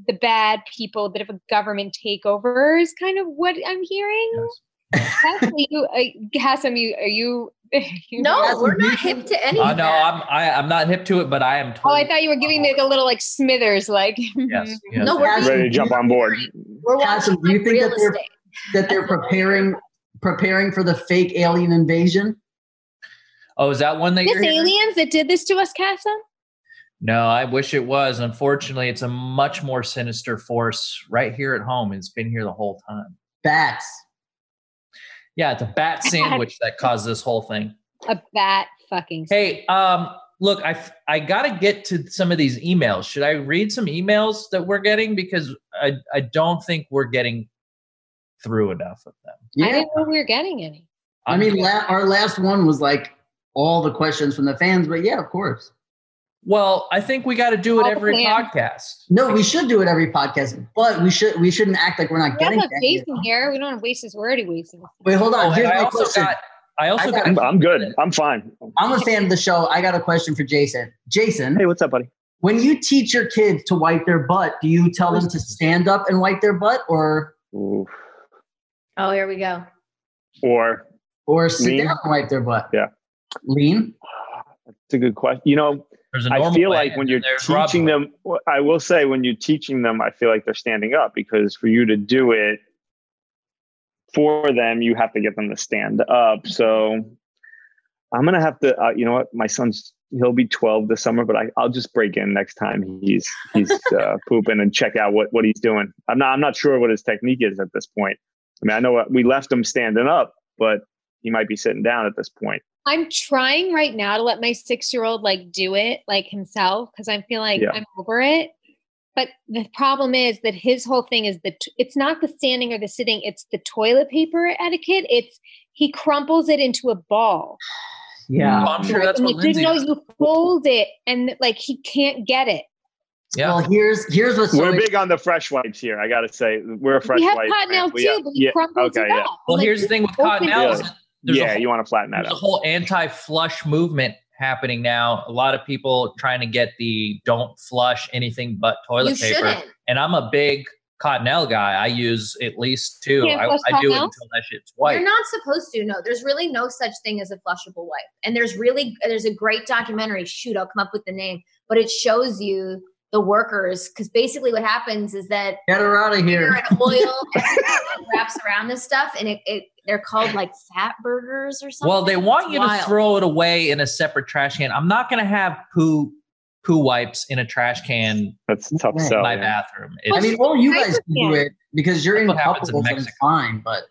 Speaker 4: the bad people that have a government takeover is kind of what I'm hearing.
Speaker 3: Yes.
Speaker 4: Hassam, you, uh, Hassam, you are you? you
Speaker 5: No,
Speaker 1: That's
Speaker 5: we're not
Speaker 1: amazing.
Speaker 5: hip to any.
Speaker 3: Uh,
Speaker 5: of
Speaker 3: no,
Speaker 5: that.
Speaker 3: I'm I, I'm not hip to it, but I am
Speaker 4: Oh,
Speaker 3: totally.
Speaker 4: I thought you were giving me like a little like Smithers, like hmm.
Speaker 3: yes, yes.
Speaker 5: no,
Speaker 1: Yes.
Speaker 5: we're,
Speaker 2: Ready to jump on board.
Speaker 5: we're
Speaker 1: Castle,
Speaker 5: watching
Speaker 1: do you
Speaker 5: like
Speaker 1: think
Speaker 5: real
Speaker 1: that they're-
Speaker 5: estate.
Speaker 1: that they're preparing preparing for the fake alien invasion.
Speaker 3: Oh, is that one that
Speaker 4: this
Speaker 3: you're? hearing?
Speaker 4: aliens that did this to us, Hassam.
Speaker 3: No, I wish it was. Unfortunately, it's a much more sinister force right here at home. It's been here the whole time.
Speaker 1: Bats.
Speaker 3: Yeah, it's a bat sandwich that caused this whole thing.
Speaker 4: A bat fucking.
Speaker 3: Hey, um, look, I f- I gotta get to some of these emails. Should I read some emails that we're getting because I I don't think we're getting through enough of them.
Speaker 4: I
Speaker 1: Yeah.
Speaker 4: didn't know we were getting any.
Speaker 1: I mean, la- our last one was like all the questions from the fans, but yeah, of course.
Speaker 3: well, I think we got to do it
Speaker 4: All the
Speaker 3: every
Speaker 4: plans.
Speaker 3: podcast.
Speaker 1: No, we should do it every podcast, but we should we shouldn't act like we're not
Speaker 4: We don't
Speaker 1: getting
Speaker 4: have
Speaker 1: that.
Speaker 4: Jason here. We don't want to waste his word. He wastes.
Speaker 1: Wait, hold
Speaker 3: Oh,
Speaker 1: on.
Speaker 3: and
Speaker 1: Here's
Speaker 3: I
Speaker 1: my
Speaker 3: also
Speaker 1: question.
Speaker 3: got I also
Speaker 1: I
Speaker 3: got,
Speaker 1: got-
Speaker 2: I'm, I'm good. I'm fine.
Speaker 1: I'm a fan of the show. I got a question for Jason. Jason,
Speaker 2: Hey, what's up, buddy?
Speaker 1: when you teach your kids to wipe their butt, do you tell them to stand up and wipe their butt or
Speaker 2: Ooh.
Speaker 5: Oh, here we go.
Speaker 2: Or
Speaker 1: or sit
Speaker 2: Lean.
Speaker 1: down and wipe their butt?
Speaker 2: Yeah.
Speaker 1: Lean?
Speaker 2: it's a good question. You know,
Speaker 3: there's a
Speaker 2: I
Speaker 3: normal
Speaker 2: feel
Speaker 3: way,
Speaker 2: like when
Speaker 3: and
Speaker 2: you're
Speaker 3: then there's Rob's
Speaker 2: teaching
Speaker 3: way.
Speaker 2: them, well, I will say when you're teaching them, I feel like they're standing up because for you to do it for them, you have to get them to stand
Speaker 3: Mm-hmm.
Speaker 2: up. So I'm gonna have to, uh, you know what? My son's he'll be 12 this summer, but I, I'll just break in next time he's he's uh, pooping and check out what what he's doing. I'm not I'm not sure what his technique is at this point. I mean, I know what, we left him standing up, but he might be sitting down at this point.
Speaker 4: I'm trying right now to let my six year old like do it like himself because I feel like
Speaker 2: Yeah.
Speaker 4: I'm over it. But the problem is that his whole thing is the t- it's not the standing or the sitting; it's the toilet paper etiquette. It's he crumples it into a ball.
Speaker 3: Well, I'm sure that's
Speaker 4: and
Speaker 3: what
Speaker 4: you didn't
Speaker 3: Lindsay.
Speaker 4: know
Speaker 3: does.
Speaker 4: you fold it, and like he can't get it.
Speaker 3: Yeah.
Speaker 1: Well, here's here's what's so
Speaker 2: we're
Speaker 1: interesting.
Speaker 2: big on the fresh wipes here. I gotta say, we're a fresh
Speaker 4: we have
Speaker 2: wipe.
Speaker 4: Cottonelle
Speaker 2: brand. We
Speaker 4: too,
Speaker 2: have-
Speaker 4: but he
Speaker 2: yeah,
Speaker 4: crumples
Speaker 2: okay,
Speaker 4: it
Speaker 2: yeah.
Speaker 4: up.
Speaker 3: Well,
Speaker 4: Like,
Speaker 3: here's the thing with cotton
Speaker 4: open it.
Speaker 3: is there's
Speaker 2: yeah,
Speaker 3: a whole
Speaker 2: you want to flatten that
Speaker 3: There's a
Speaker 2: out.
Speaker 3: whole anti-flush movement happening now. A lot of people trying to get the don't flush anything but toilet
Speaker 5: you
Speaker 3: paper.
Speaker 5: shouldn't.
Speaker 3: And I'm a big Cottonelle guy. I use at least two.
Speaker 4: Can't
Speaker 3: I,
Speaker 4: flush
Speaker 3: I do it
Speaker 4: Cottonelle?
Speaker 3: until that shit's white.
Speaker 5: You're not supposed to. No, there's really no such thing as a flushable wipe. And there's really there's a great documentary. Shoot, I'll come up with the name, but it shows you the workers because basically what happens is that
Speaker 1: Get her out of
Speaker 5: hair
Speaker 1: here.
Speaker 5: and oil everything wraps around this stuff, and it, it they're called like fat burgers or something.
Speaker 3: well, they want you
Speaker 5: Wild.
Speaker 3: to throw it away in a separate trash can. I'm not going to have poo poo wipes in a trash can
Speaker 2: That's a tough
Speaker 1: Yeah.
Speaker 2: sell.
Speaker 3: in my
Speaker 2: Oh, yeah.
Speaker 3: bathroom.
Speaker 1: I
Speaker 3: It's-
Speaker 1: mean, all you guys can do
Speaker 4: Yeah.
Speaker 1: it because you're in
Speaker 3: That's what happens in
Speaker 1: couples and it's
Speaker 3: Mexico.
Speaker 1: fine. But,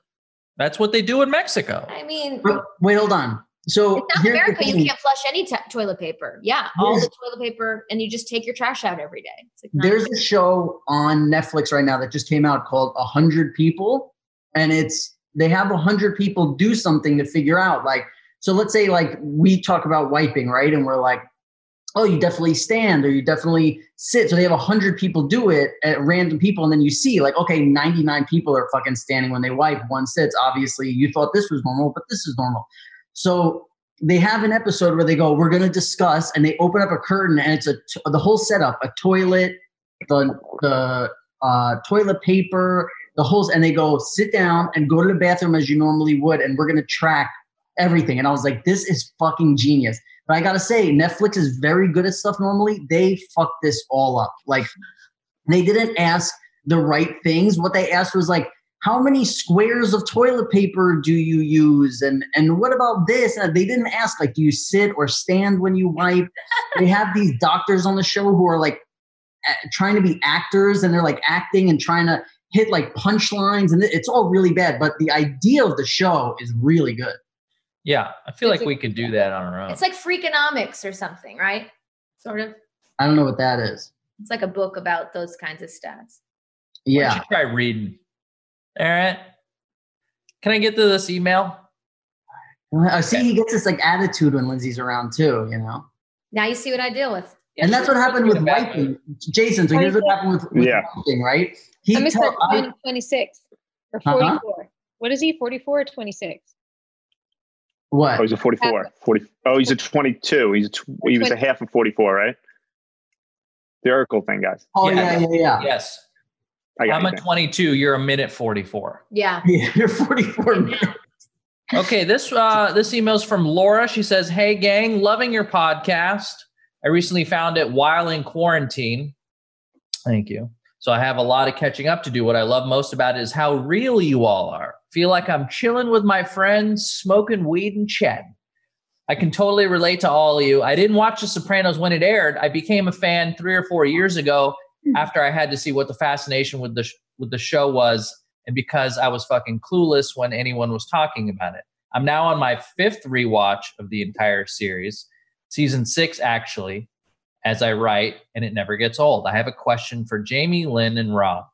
Speaker 3: that's what they do in Mexico.
Speaker 5: I mean,
Speaker 1: but wait, hold on. So
Speaker 5: In South
Speaker 1: here's the
Speaker 5: America,
Speaker 1: thing.
Speaker 5: you can't flush any t- toilet paper. Yeah, all the toilet paper, and you just take your trash out every day. It's like not-
Speaker 1: There's a show on Netflix right now that just came out called "A 100 People. And it's, they have a 100 people do something to figure out. Like, so let's say, like, we talk about wiping, right? And we're like, oh, you definitely stand or you definitely sit. So they have a 100 people do it at random people. And then you see, like, okay, 99 people are fucking standing when they wipe, one sits. Obviously, you thought this was normal, but this is normal. So they have an episode where they go, we're going to discuss, and they open up a curtain and it's a t- the whole setup, a toilet, the the uh, toilet paper, the whole, and they go sit down and go to the bathroom as you normally would, and we're going to track everything. And I was like, this is fucking genius. But I gotta say, Netflix is very good at stuff. Normally, they fucked this all up. Like, they didn't ask the right things. What they asked was like, how many squares of toilet paper do you use, and and what about this? And they didn't ask like, do you sit or stand when you wipe? they have these doctors on the show who are like a- trying to be actors, and they're like acting and trying to hit like punchlines, and it's all really bad. But the idea of the show is really good.
Speaker 3: Yeah, I feel
Speaker 5: It's
Speaker 3: like we
Speaker 5: like-
Speaker 3: could do that on our own.
Speaker 5: it's like Freakonomics or something, right? Sort of.
Speaker 1: I don't know what that is.
Speaker 5: It's like a book about those kinds of stats.
Speaker 3: Why don't
Speaker 1: Yeah.
Speaker 3: you try reading. All right. Can I get to this email?
Speaker 1: I see he gets this like attitude when Lindsay's around too, you know.
Speaker 5: Now you see what I deal with.
Speaker 1: and that's what happened with
Speaker 3: About-
Speaker 1: wiping. Jason, so here's what happened with, with
Speaker 2: Yeah.
Speaker 1: wiping, right? He
Speaker 4: I'm going to
Speaker 1: tell-
Speaker 4: start
Speaker 1: I-
Speaker 4: 20, 26 or
Speaker 1: Uh-huh.
Speaker 4: 44. What is he, 44 or 26?
Speaker 1: what?
Speaker 2: Oh, he's a 44. 40. Oh, he's a 22. He's a tw- he was a half of 44, right? The Urkel thing, guys.
Speaker 1: Oh yeah,
Speaker 3: Yeah.
Speaker 1: yeah, yeah.
Speaker 3: Yes.
Speaker 2: I got
Speaker 3: I'm
Speaker 2: you
Speaker 3: a
Speaker 2: there.
Speaker 3: 22. You're a minute 44.
Speaker 5: Yeah.
Speaker 1: Yeah, You're 44. man.
Speaker 3: Okay. This uh, this email's from Laura. She says, "Hey gang, loving your podcast. I recently found it while in quarantine. Thank you. So I have a lot of catching up to do. What I love most about it is how real you all are. Feel like I'm chilling with my friends, smoking weed and chatting. I can totally relate to all of you. I didn't watch The Sopranos when it aired. I became a fan three or four years ago after I had to see what the fascination with the sh- with the show was, and because I was fucking clueless when anyone was talking about it. I'm now on my fifth rewatch of the entire series, season six actually, as I write, and it never gets old. I have a question for Jamie Lynn and Rob.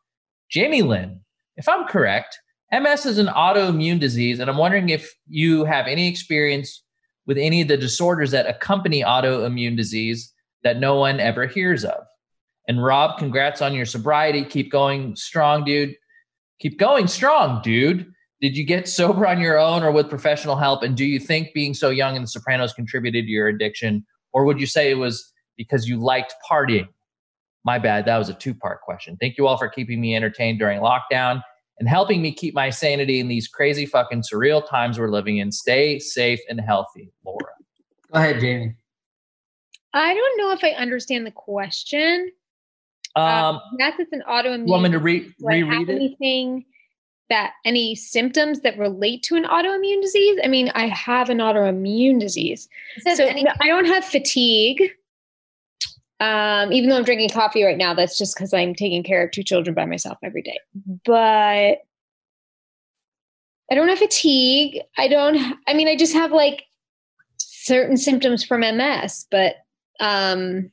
Speaker 3: Jamie Lynn, if I'm correct, MS is an autoimmune disease, and I'm wondering if you have any experience with any of the disorders that accompany autoimmune disease that no one ever hears of. And Rob, congrats on your sobriety. Keep going strong, dude. Keep going strong, dude. Did you get sober on your own or with professional help? And do you think being so young in The Sopranos contributed to your addiction? Or would you say it was because you liked partying? My bad. That was a two part question. Thank you all for keeping me entertained during lockdown and helping me keep my sanity in these crazy fucking surreal times we're living in. Stay safe and healthy, Laura.
Speaker 1: Go ahead, Jamie.
Speaker 4: I don't know if I understand the question.
Speaker 3: Um,
Speaker 4: That's it's an autoimmune.
Speaker 3: you want me to re-
Speaker 4: Uh, Do I have
Speaker 3: reread it?
Speaker 4: Anything that any symptoms that relate to an autoimmune disease? I mean, I have an autoimmune disease.
Speaker 5: It says
Speaker 4: So
Speaker 5: any-
Speaker 4: no, I don't have fatigue. Um, even though I'm drinking coffee right now, that's just because I'm taking care of two children by myself every day. But I don't have fatigue. I don't. h- I mean, I just have like certain symptoms from MS, but um,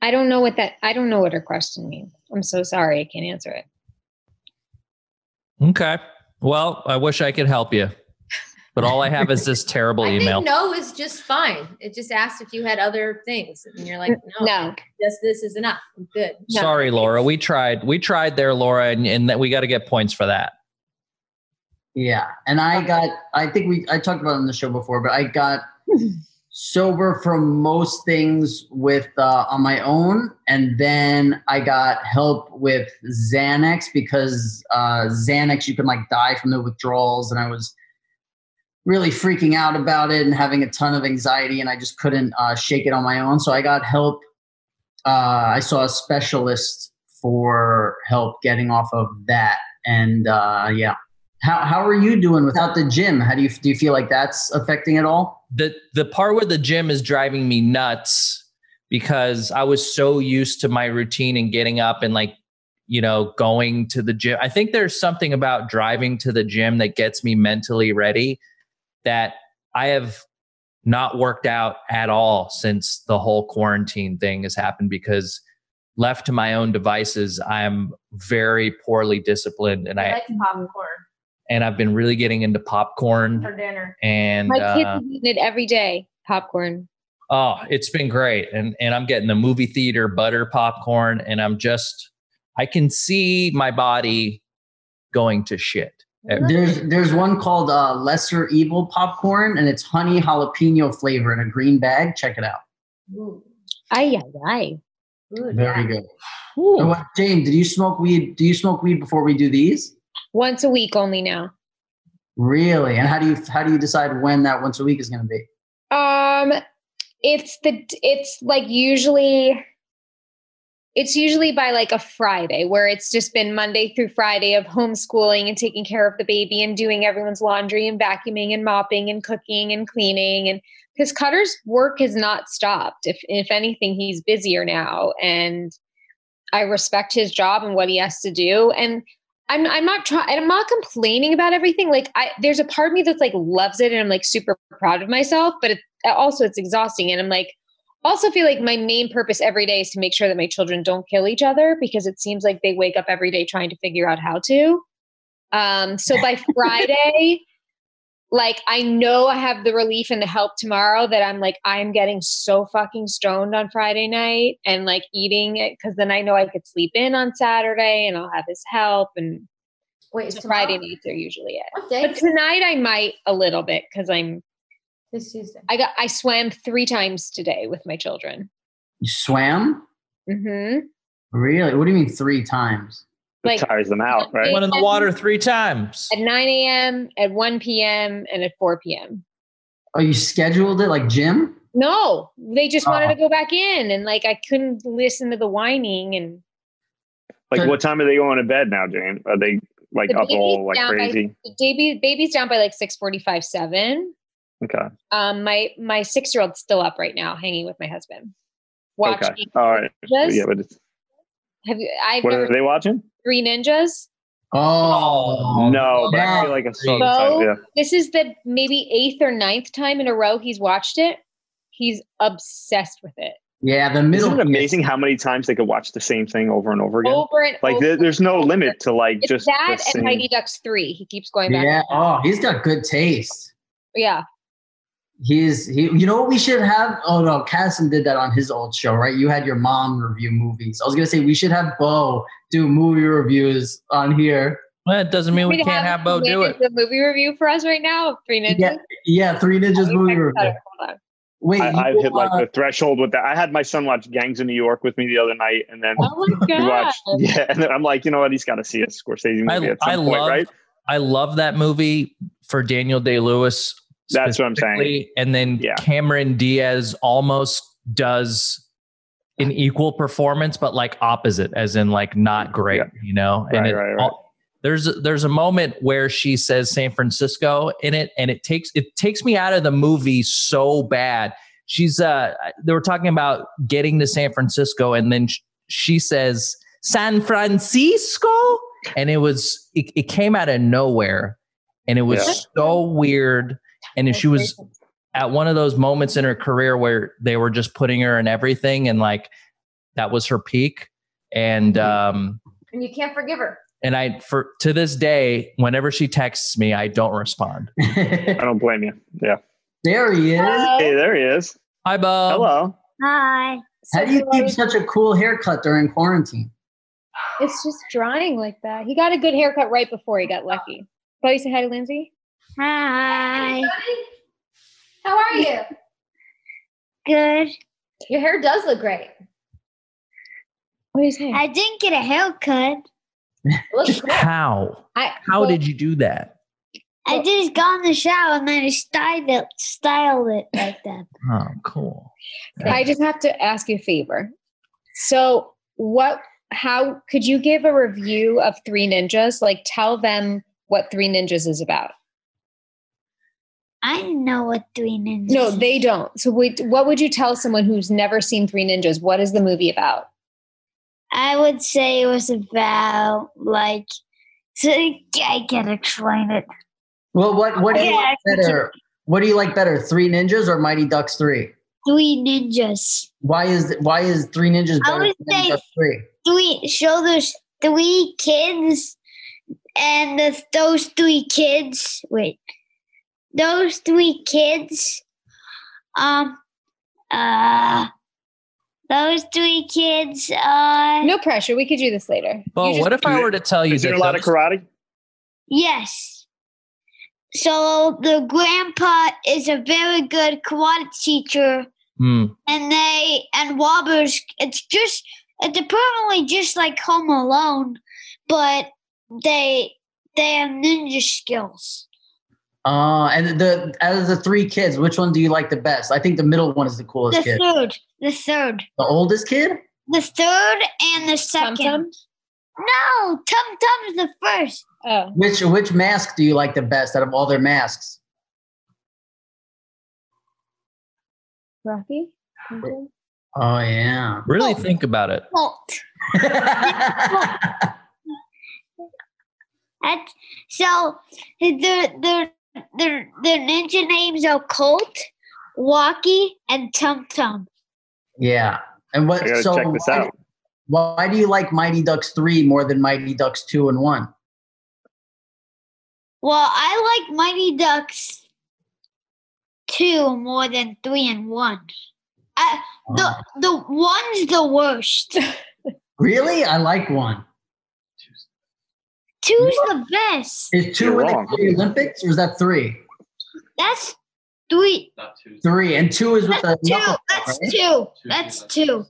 Speaker 4: I don't know what that. I don't know what her question means. I'm so sorry, I can't answer it.
Speaker 3: Okay. Well, I wish I could help you, but all I have is this terrible
Speaker 5: I
Speaker 3: email.
Speaker 5: think no is just fine. It just asked if you had other things, and you're like, no,
Speaker 4: No,
Speaker 5: just this is enough. I'm good.
Speaker 4: No.
Speaker 3: Sorry, Laura. We tried. We tried there, Laura, and, and that we got to get points for that.
Speaker 1: Yeah. And I got, I think we, I talked about it on the show before, but I got sober from most things with, uh, on my own. And then I got help with Xanax because, uh, Xanax, you can like die from the withdrawals. And I was really freaking out about it and having a ton of anxiety and I just couldn't, uh, shake it on my own. So I got help. Uh, I saw a specialist for help getting off of that. And, uh, yeah. How how are you doing without the gym? How do you do you feel like that's affecting at all?
Speaker 3: The the part where the gym is driving me nuts because I was so used to my routine and getting up and like, you know, going to the gym. I think there's something about driving to the gym that gets me mentally ready that I have not worked out at all since the whole quarantine thing has happened because left to my own devices, I'm very poorly disciplined and
Speaker 6: I
Speaker 3: I
Speaker 6: like popcorn
Speaker 3: and I've been really getting into popcorn
Speaker 6: for dinner.
Speaker 3: and
Speaker 4: My kids
Speaker 3: uh,
Speaker 4: have eaten it every day. Popcorn.
Speaker 3: oh, it's been great. And and I'm getting the movie theater butter popcorn and I'm just I can see my body going to shit.
Speaker 4: Uh,
Speaker 1: There's there's one called uh, Lesser Evil popcorn, and it's honey jalapeno flavor in a green bag. Check it out.
Speaker 6: Ooh,
Speaker 4: Ay, ay, ay.
Speaker 6: ooh,
Speaker 1: Very
Speaker 6: yeah.
Speaker 1: good. And what- James, did you smoke weed? Do you smoke weed before we do these?
Speaker 4: Once a week only now.
Speaker 1: Really? And how do you how do you decide when that once a week is going to be?
Speaker 4: Um, it's the it's like usually it's usually by like a Friday where it's just been Monday through Friday of homeschooling and taking care of the baby and doing everyone's laundry and vacuuming and mopping and cooking and cleaning and because Cutter's work has not stopped. If if anything, he's busier now and I respect his job and what he has to do. And I'm I'm not trying I'm not complaining about everything. Like I there's a part of me that's like loves it and I'm like super proud of myself, but it, also it's exhausting and I'm like also feel like my main purpose every day is to make sure that my children don't kill each other because it seems like they wake up every day trying to figure out how to. Um so by Friday like I know I have the relief and the help tomorrow that I'm like I'm getting so fucking stoned on Friday night and like eating it cuz then I know I could sleep in on Saturday and I'll have his help and
Speaker 6: Wait,
Speaker 4: it's
Speaker 6: it's
Speaker 4: Friday
Speaker 6: tomorrow?
Speaker 4: nights are usually it.
Speaker 6: What day?
Speaker 4: But tonight I might a little bit because I'm
Speaker 6: This Tuesday.
Speaker 4: I got I swam three times today with my children.
Speaker 1: You swam?
Speaker 4: hmm
Speaker 1: Really? What do you mean three times?
Speaker 4: Like-
Speaker 2: it tires them out, right?
Speaker 3: Went in the water three times.
Speaker 4: At 9 a.m., at 1 p.m., and at 4 p.m.
Speaker 1: Oh, you scheduled it like gym?
Speaker 4: No, they just wanted
Speaker 1: Oh.
Speaker 4: to go back in, and like I couldn't listen to the whining and
Speaker 2: Like, what time are they going to bed now, James? Are they like
Speaker 4: The
Speaker 2: up all
Speaker 4: baby's
Speaker 2: like
Speaker 4: down by-
Speaker 2: crazy?
Speaker 4: the baby baby's down by like 6:45, 7.
Speaker 2: Okay.
Speaker 4: Um, my my six year old's still up right now, hanging with my husband, watching.
Speaker 2: Okay. All right.
Speaker 4: Ninjas.
Speaker 2: Yeah, but it's,
Speaker 4: Have you, I've
Speaker 2: what
Speaker 4: never
Speaker 2: are they watching?
Speaker 4: three ninjas.
Speaker 1: Oh
Speaker 2: no, but
Speaker 1: yeah.
Speaker 2: I feel like I saw the
Speaker 4: Bo,
Speaker 2: time. Yeah.
Speaker 4: this is the maybe eighth or ninth time in a row he's watched it. He's obsessed with it.
Speaker 1: Yeah, the middle.
Speaker 2: Isn't it amazing how many times they could watch the same thing over and over again?
Speaker 4: Over and
Speaker 2: like
Speaker 4: over.
Speaker 2: there, there's no
Speaker 4: over.
Speaker 2: limit to like
Speaker 4: it's
Speaker 2: just
Speaker 4: that
Speaker 2: the
Speaker 4: and
Speaker 2: same-
Speaker 4: Mighty Ducks three. He keeps going back.
Speaker 1: Yeah. Oh, he's got good taste.
Speaker 4: Yeah.
Speaker 1: He's he. You know what we should have? Oh no, Cassim did that on his old show, right? You had your mom review movies. I was gonna say we should have Bo do movie reviews on here.
Speaker 3: Well, it doesn't mean we
Speaker 4: We'd
Speaker 3: can't
Speaker 4: have
Speaker 3: have Bo do
Speaker 4: Amanda
Speaker 3: it.
Speaker 4: do The movie review for us right now of Three Ninjas.
Speaker 1: Yeah, yeah, Three Ninjas
Speaker 4: Hold
Speaker 1: movie review.
Speaker 4: on.
Speaker 1: Wait,
Speaker 2: I,
Speaker 1: you,
Speaker 2: I've hit like
Speaker 1: uh,
Speaker 2: the threshold with that. I had my son watch Gangs in New York with me the other night, and then
Speaker 4: Oh my
Speaker 2: he
Speaker 4: god!
Speaker 2: watched. Yeah, and then I'm like, you know what? He's got to see a Scorsese movie
Speaker 3: I-
Speaker 2: at some
Speaker 3: I
Speaker 2: point,
Speaker 3: love-
Speaker 2: right?
Speaker 3: I love that movie for Daniel Day Lewis.
Speaker 2: That's what I'm saying.
Speaker 3: And then
Speaker 2: Yeah.
Speaker 3: Cameron Diaz almost does an equal performance, but like opposite, as in like not great,
Speaker 2: Yeah.
Speaker 3: you know.
Speaker 2: Right,
Speaker 3: it
Speaker 2: right, right.
Speaker 3: all- there's there's a moment where she says San Francisco in it, and it takes it takes me out of the movie so bad. She's uh they were talking about getting to San Francisco, and then sh- she says San Francisco and it was it, it came out of nowhere and it was
Speaker 2: Yeah.
Speaker 3: so weird and she was at one of those moments in her career where they were just putting her in everything and like that was her peak and
Speaker 2: Mm-hmm.
Speaker 3: um
Speaker 6: And you can't forgive her.
Speaker 3: and i for to this day whenever she texts me i don't respond
Speaker 2: I don't blame you. Yeah.
Speaker 1: there he is.
Speaker 4: Oh.
Speaker 2: Hey, there he is.
Speaker 3: hi bo
Speaker 2: Hello.
Speaker 4: Hi.
Speaker 1: How do you keep such a cool haircut during quarantine?
Speaker 4: It's just drying like that. He got a good haircut right before he got lucky. Probably say hi to Lindsay.
Speaker 7: Hi.
Speaker 6: How are you?
Speaker 7: Good.
Speaker 6: Your hair does look great.
Speaker 4: What is it?
Speaker 7: I didn't get a haircut.
Speaker 6: It looks great.
Speaker 3: how
Speaker 4: I,
Speaker 3: how
Speaker 4: well,
Speaker 3: did you do that
Speaker 7: I just got in the shower and then I styled it, styled it like that.
Speaker 3: oh cool
Speaker 4: I just have to ask you a favor. So, what, how could you give a review of Three Ninjas? Like, tell them what Three Ninjas is about.
Speaker 7: I didn't know what three ninjas.
Speaker 4: No,
Speaker 7: is.
Speaker 4: they don't. So, wait, what would you tell someone who's never seen Three Ninjas? What is the movie about?
Speaker 7: I would say it was about like. So I can't explain it.
Speaker 1: Well, what what do you
Speaker 7: Yeah,
Speaker 1: like
Speaker 7: I can
Speaker 1: better? What do you like better, Three Ninjas or Mighty Ducks Three?
Speaker 7: Three ninjas.
Speaker 1: Why is why is Three Ninjas
Speaker 7: I
Speaker 1: better
Speaker 7: would
Speaker 1: than Mighty
Speaker 7: say-
Speaker 1: Ducks Three?
Speaker 7: Three show those three kids and the, those three kids wait. Those three kids um uh those three kids uh
Speaker 4: No pressure. We could do this later.
Speaker 2: Oh,
Speaker 3: But
Speaker 4: You just-
Speaker 3: what if I were to tell you
Speaker 2: Is
Speaker 3: that
Speaker 2: there a lot of
Speaker 3: those-
Speaker 2: karate?
Speaker 7: Yes. So the grandpa is a very good karate teacher,
Speaker 3: Hmm.
Speaker 7: and they and Wobbers. It's just it's apparently just like Home Alone, but they they have ninja skills.
Speaker 1: Uh, and the out of the three kids, which one do you like the best? I think the middle one is the coolest
Speaker 7: The
Speaker 1: kid.
Speaker 7: third, the third,
Speaker 1: The oldest kid?
Speaker 7: the third, and the second.
Speaker 4: Tum-tum?
Speaker 7: No, Tum Tum's the first.
Speaker 4: Oh,
Speaker 1: Which which mask do you like the best out of all their masks?
Speaker 4: Rocky. Tum-tum?
Speaker 1: Oh yeah.
Speaker 3: really think about it.
Speaker 7: Walt. That's, so their their their their ninja names are Colt, Walkie, and Tum Tum.
Speaker 1: yeah. And
Speaker 2: I
Speaker 1: what
Speaker 2: gotta
Speaker 1: so
Speaker 2: check this
Speaker 1: why-
Speaker 2: out.
Speaker 1: Why do you like Mighty Ducks 3 more than Mighty Ducks 2 and 1?
Speaker 7: Well, I like Mighty Ducks two more than three and one. I, the the one's the worst.
Speaker 1: Really? I like one.
Speaker 7: Two's the best.
Speaker 1: Is 2
Speaker 2: You're
Speaker 1: when they
Speaker 2: wrong.
Speaker 1: go to the Olympics or is that 3?
Speaker 7: That's three.
Speaker 1: 3 and 2 is with the Oh.
Speaker 7: Two.
Speaker 1: knuckle,
Speaker 7: That's
Speaker 1: right?
Speaker 7: two. That's two.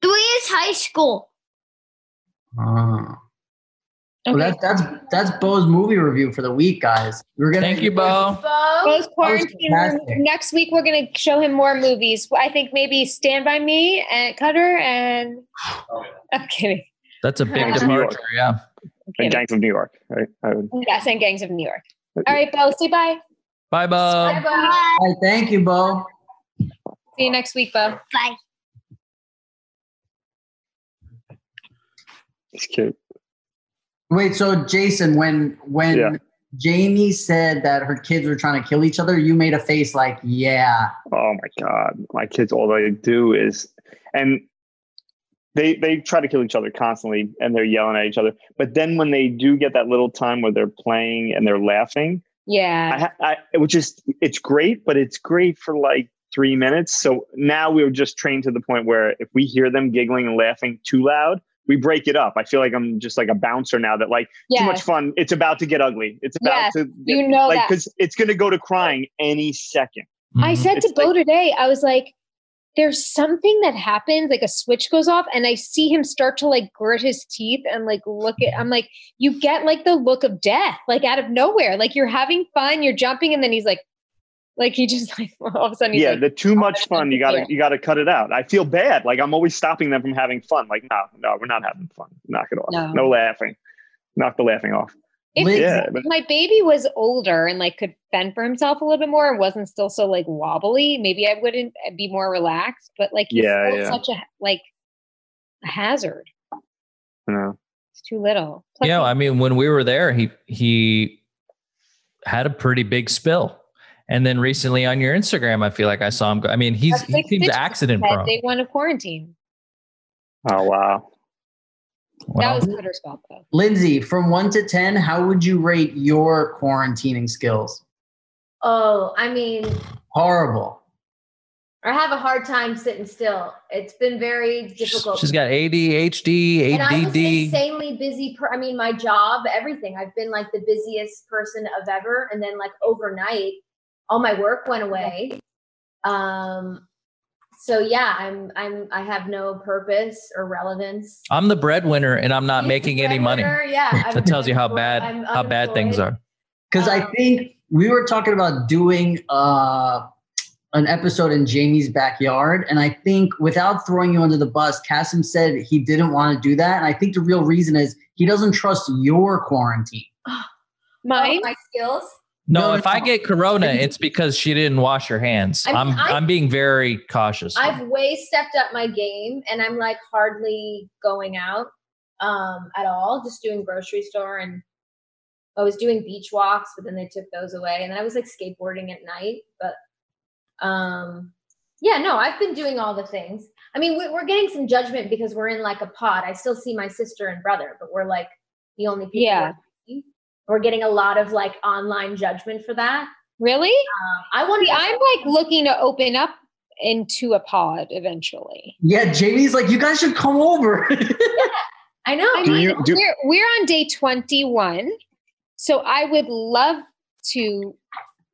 Speaker 7: Three is high school.
Speaker 1: Oh. Well,
Speaker 4: Okay.
Speaker 1: that, that's that's Bo's movie review for the week, guys. We're gonna
Speaker 3: Thank you, Bo.
Speaker 4: Bo's quarantine.
Speaker 1: fantastic.
Speaker 4: Next week we're gonna show him more movies. I think maybe Stand by Me and Cutter and. I'm kidding.
Speaker 3: That's a big
Speaker 4: Gangs
Speaker 2: of New York.
Speaker 3: departure. Yeah.
Speaker 4: I'm
Speaker 2: And
Speaker 4: kidding.
Speaker 2: Gangs of New York. Right? I would-
Speaker 4: Yes, and Gangs of New York.
Speaker 2: Uh,
Speaker 4: All right, Bo. Say bye.
Speaker 3: Bye, Bo.
Speaker 7: Bye.
Speaker 1: All right, thank you, Bo.
Speaker 4: See you next week, Bo.
Speaker 7: Bye.
Speaker 2: It's cute.
Speaker 1: Wait, so Jason, when when
Speaker 2: Yeah.
Speaker 1: Jamie said that her kids were trying to kill each other, you made a face like, yeah.
Speaker 2: Oh my god, my kids! All they do is, and they they try to kill each other constantly, and they're yelling at each other. But then when they do get that little time where they're playing and they're laughing, I,
Speaker 4: Yeah.
Speaker 2: ha- I it was just it's great, but it's great for like three minutes. So now we are just trained to the point where if we hear them giggling and laughing too loud, we break it up. I feel like I'm just like a bouncer now that like too
Speaker 4: Yeah.
Speaker 2: much fun. It's about to get ugly. It's about
Speaker 4: Yes,
Speaker 2: to
Speaker 4: You know
Speaker 2: like
Speaker 4: that.
Speaker 2: because it's gonna go to crying any second.
Speaker 4: I
Speaker 3: Mhm.
Speaker 4: said to
Speaker 2: It's
Speaker 4: Bo today, I was like, there's something that happens, like a switch goes off, and I see him start to like grit his teeth and like look at. I'm like, you get like the look of death, like out of nowhere. Like you're having fun, you're jumping, and then he's like, like he just like all of a sudden he's
Speaker 2: yeah
Speaker 4: like,
Speaker 2: the too much fun you gotta
Speaker 4: Yeah.
Speaker 2: you gotta cut it out i feel bad like i'm always stopping them from having fun like no no we're not having fun knock it off
Speaker 4: No.
Speaker 2: no, laughing knock the laughing off
Speaker 4: if
Speaker 1: Liz-
Speaker 2: yeah but
Speaker 4: my baby was older and like could fend for himself a little bit more and wasn't still so like wobbly, maybe I wouldn't be more relaxed. But like he's
Speaker 2: Yeah,
Speaker 4: still
Speaker 2: yeah.
Speaker 4: such a like a hazard.
Speaker 2: no
Speaker 4: It's too little. Plus,
Speaker 3: yeah,
Speaker 4: he-
Speaker 3: I mean, when we were there, he he had a pretty big spill, and then recently on your Instagram, I feel like I saw him. Go, I mean, he's
Speaker 4: That's
Speaker 3: he
Speaker 4: like
Speaker 3: seems
Speaker 4: six
Speaker 3: accident
Speaker 4: said
Speaker 3: prone.
Speaker 4: day one of quarantine.
Speaker 2: oh wow
Speaker 3: Well,
Speaker 4: that was Cutter's fault, though.
Speaker 1: Lindsay, from one to ten, how would you rate your quarantining skills?
Speaker 5: Oh, I mean,
Speaker 1: Horrible.
Speaker 5: I have a hard time sitting still. It's been very difficult.
Speaker 3: she's got ADHD,
Speaker 5: and I'm just an
Speaker 3: ADD.
Speaker 5: insanely busy. Per- I mean, my job, everything. I've been like the busiest person of ever. And then like overnight, all my work went away. Um, so yeah, I'm I'm I have no purpose or relevance.
Speaker 3: I'm the breadwinner, and I'm not
Speaker 5: He's
Speaker 3: making
Speaker 5: the
Speaker 3: any money.
Speaker 5: breadwinner, Yeah, I'm
Speaker 3: That tells you how
Speaker 5: unemployed-
Speaker 3: bad
Speaker 5: I'm
Speaker 3: how bad things
Speaker 5: unemployed.
Speaker 3: are.
Speaker 1: Because I
Speaker 5: Um,
Speaker 1: think we were talking about doing uh, an episode in Jamie's backyard, and I think without throwing you under the bus, Cassim said he didn't want to do that, and I think the real reason is he doesn't trust your quarantine.
Speaker 5: Oh,
Speaker 4: Mine,
Speaker 5: my skills.
Speaker 3: No,
Speaker 1: No,
Speaker 3: if
Speaker 1: no,
Speaker 3: I
Speaker 1: no.
Speaker 3: get corona, it's because she didn't wash her hands.
Speaker 5: I mean,
Speaker 3: I'm
Speaker 5: I-
Speaker 3: I'm being very cautious.
Speaker 5: I've way stepped up my game and I'm like hardly going out um at all, just doing grocery store and I was doing beach walks, but then they took those away. And then I was like skateboarding at night. But um, yeah, no, I've been doing all the things. I mean, we, we're getting some judgment because we're in like a pod. I still see my sister and brother, but we're like the only people.
Speaker 4: Yeah.
Speaker 5: We're getting a lot of like online judgment for that.
Speaker 4: Really?
Speaker 5: Um, I want
Speaker 4: See,
Speaker 5: to.
Speaker 4: I'm like looking to open up into a pod eventually.
Speaker 1: Yeah, Jamie's like, you guys should come over.
Speaker 5: I know.
Speaker 4: I
Speaker 2: Do
Speaker 4: mean,
Speaker 2: you- do-
Speaker 4: we're, we're on day 21. So I would love to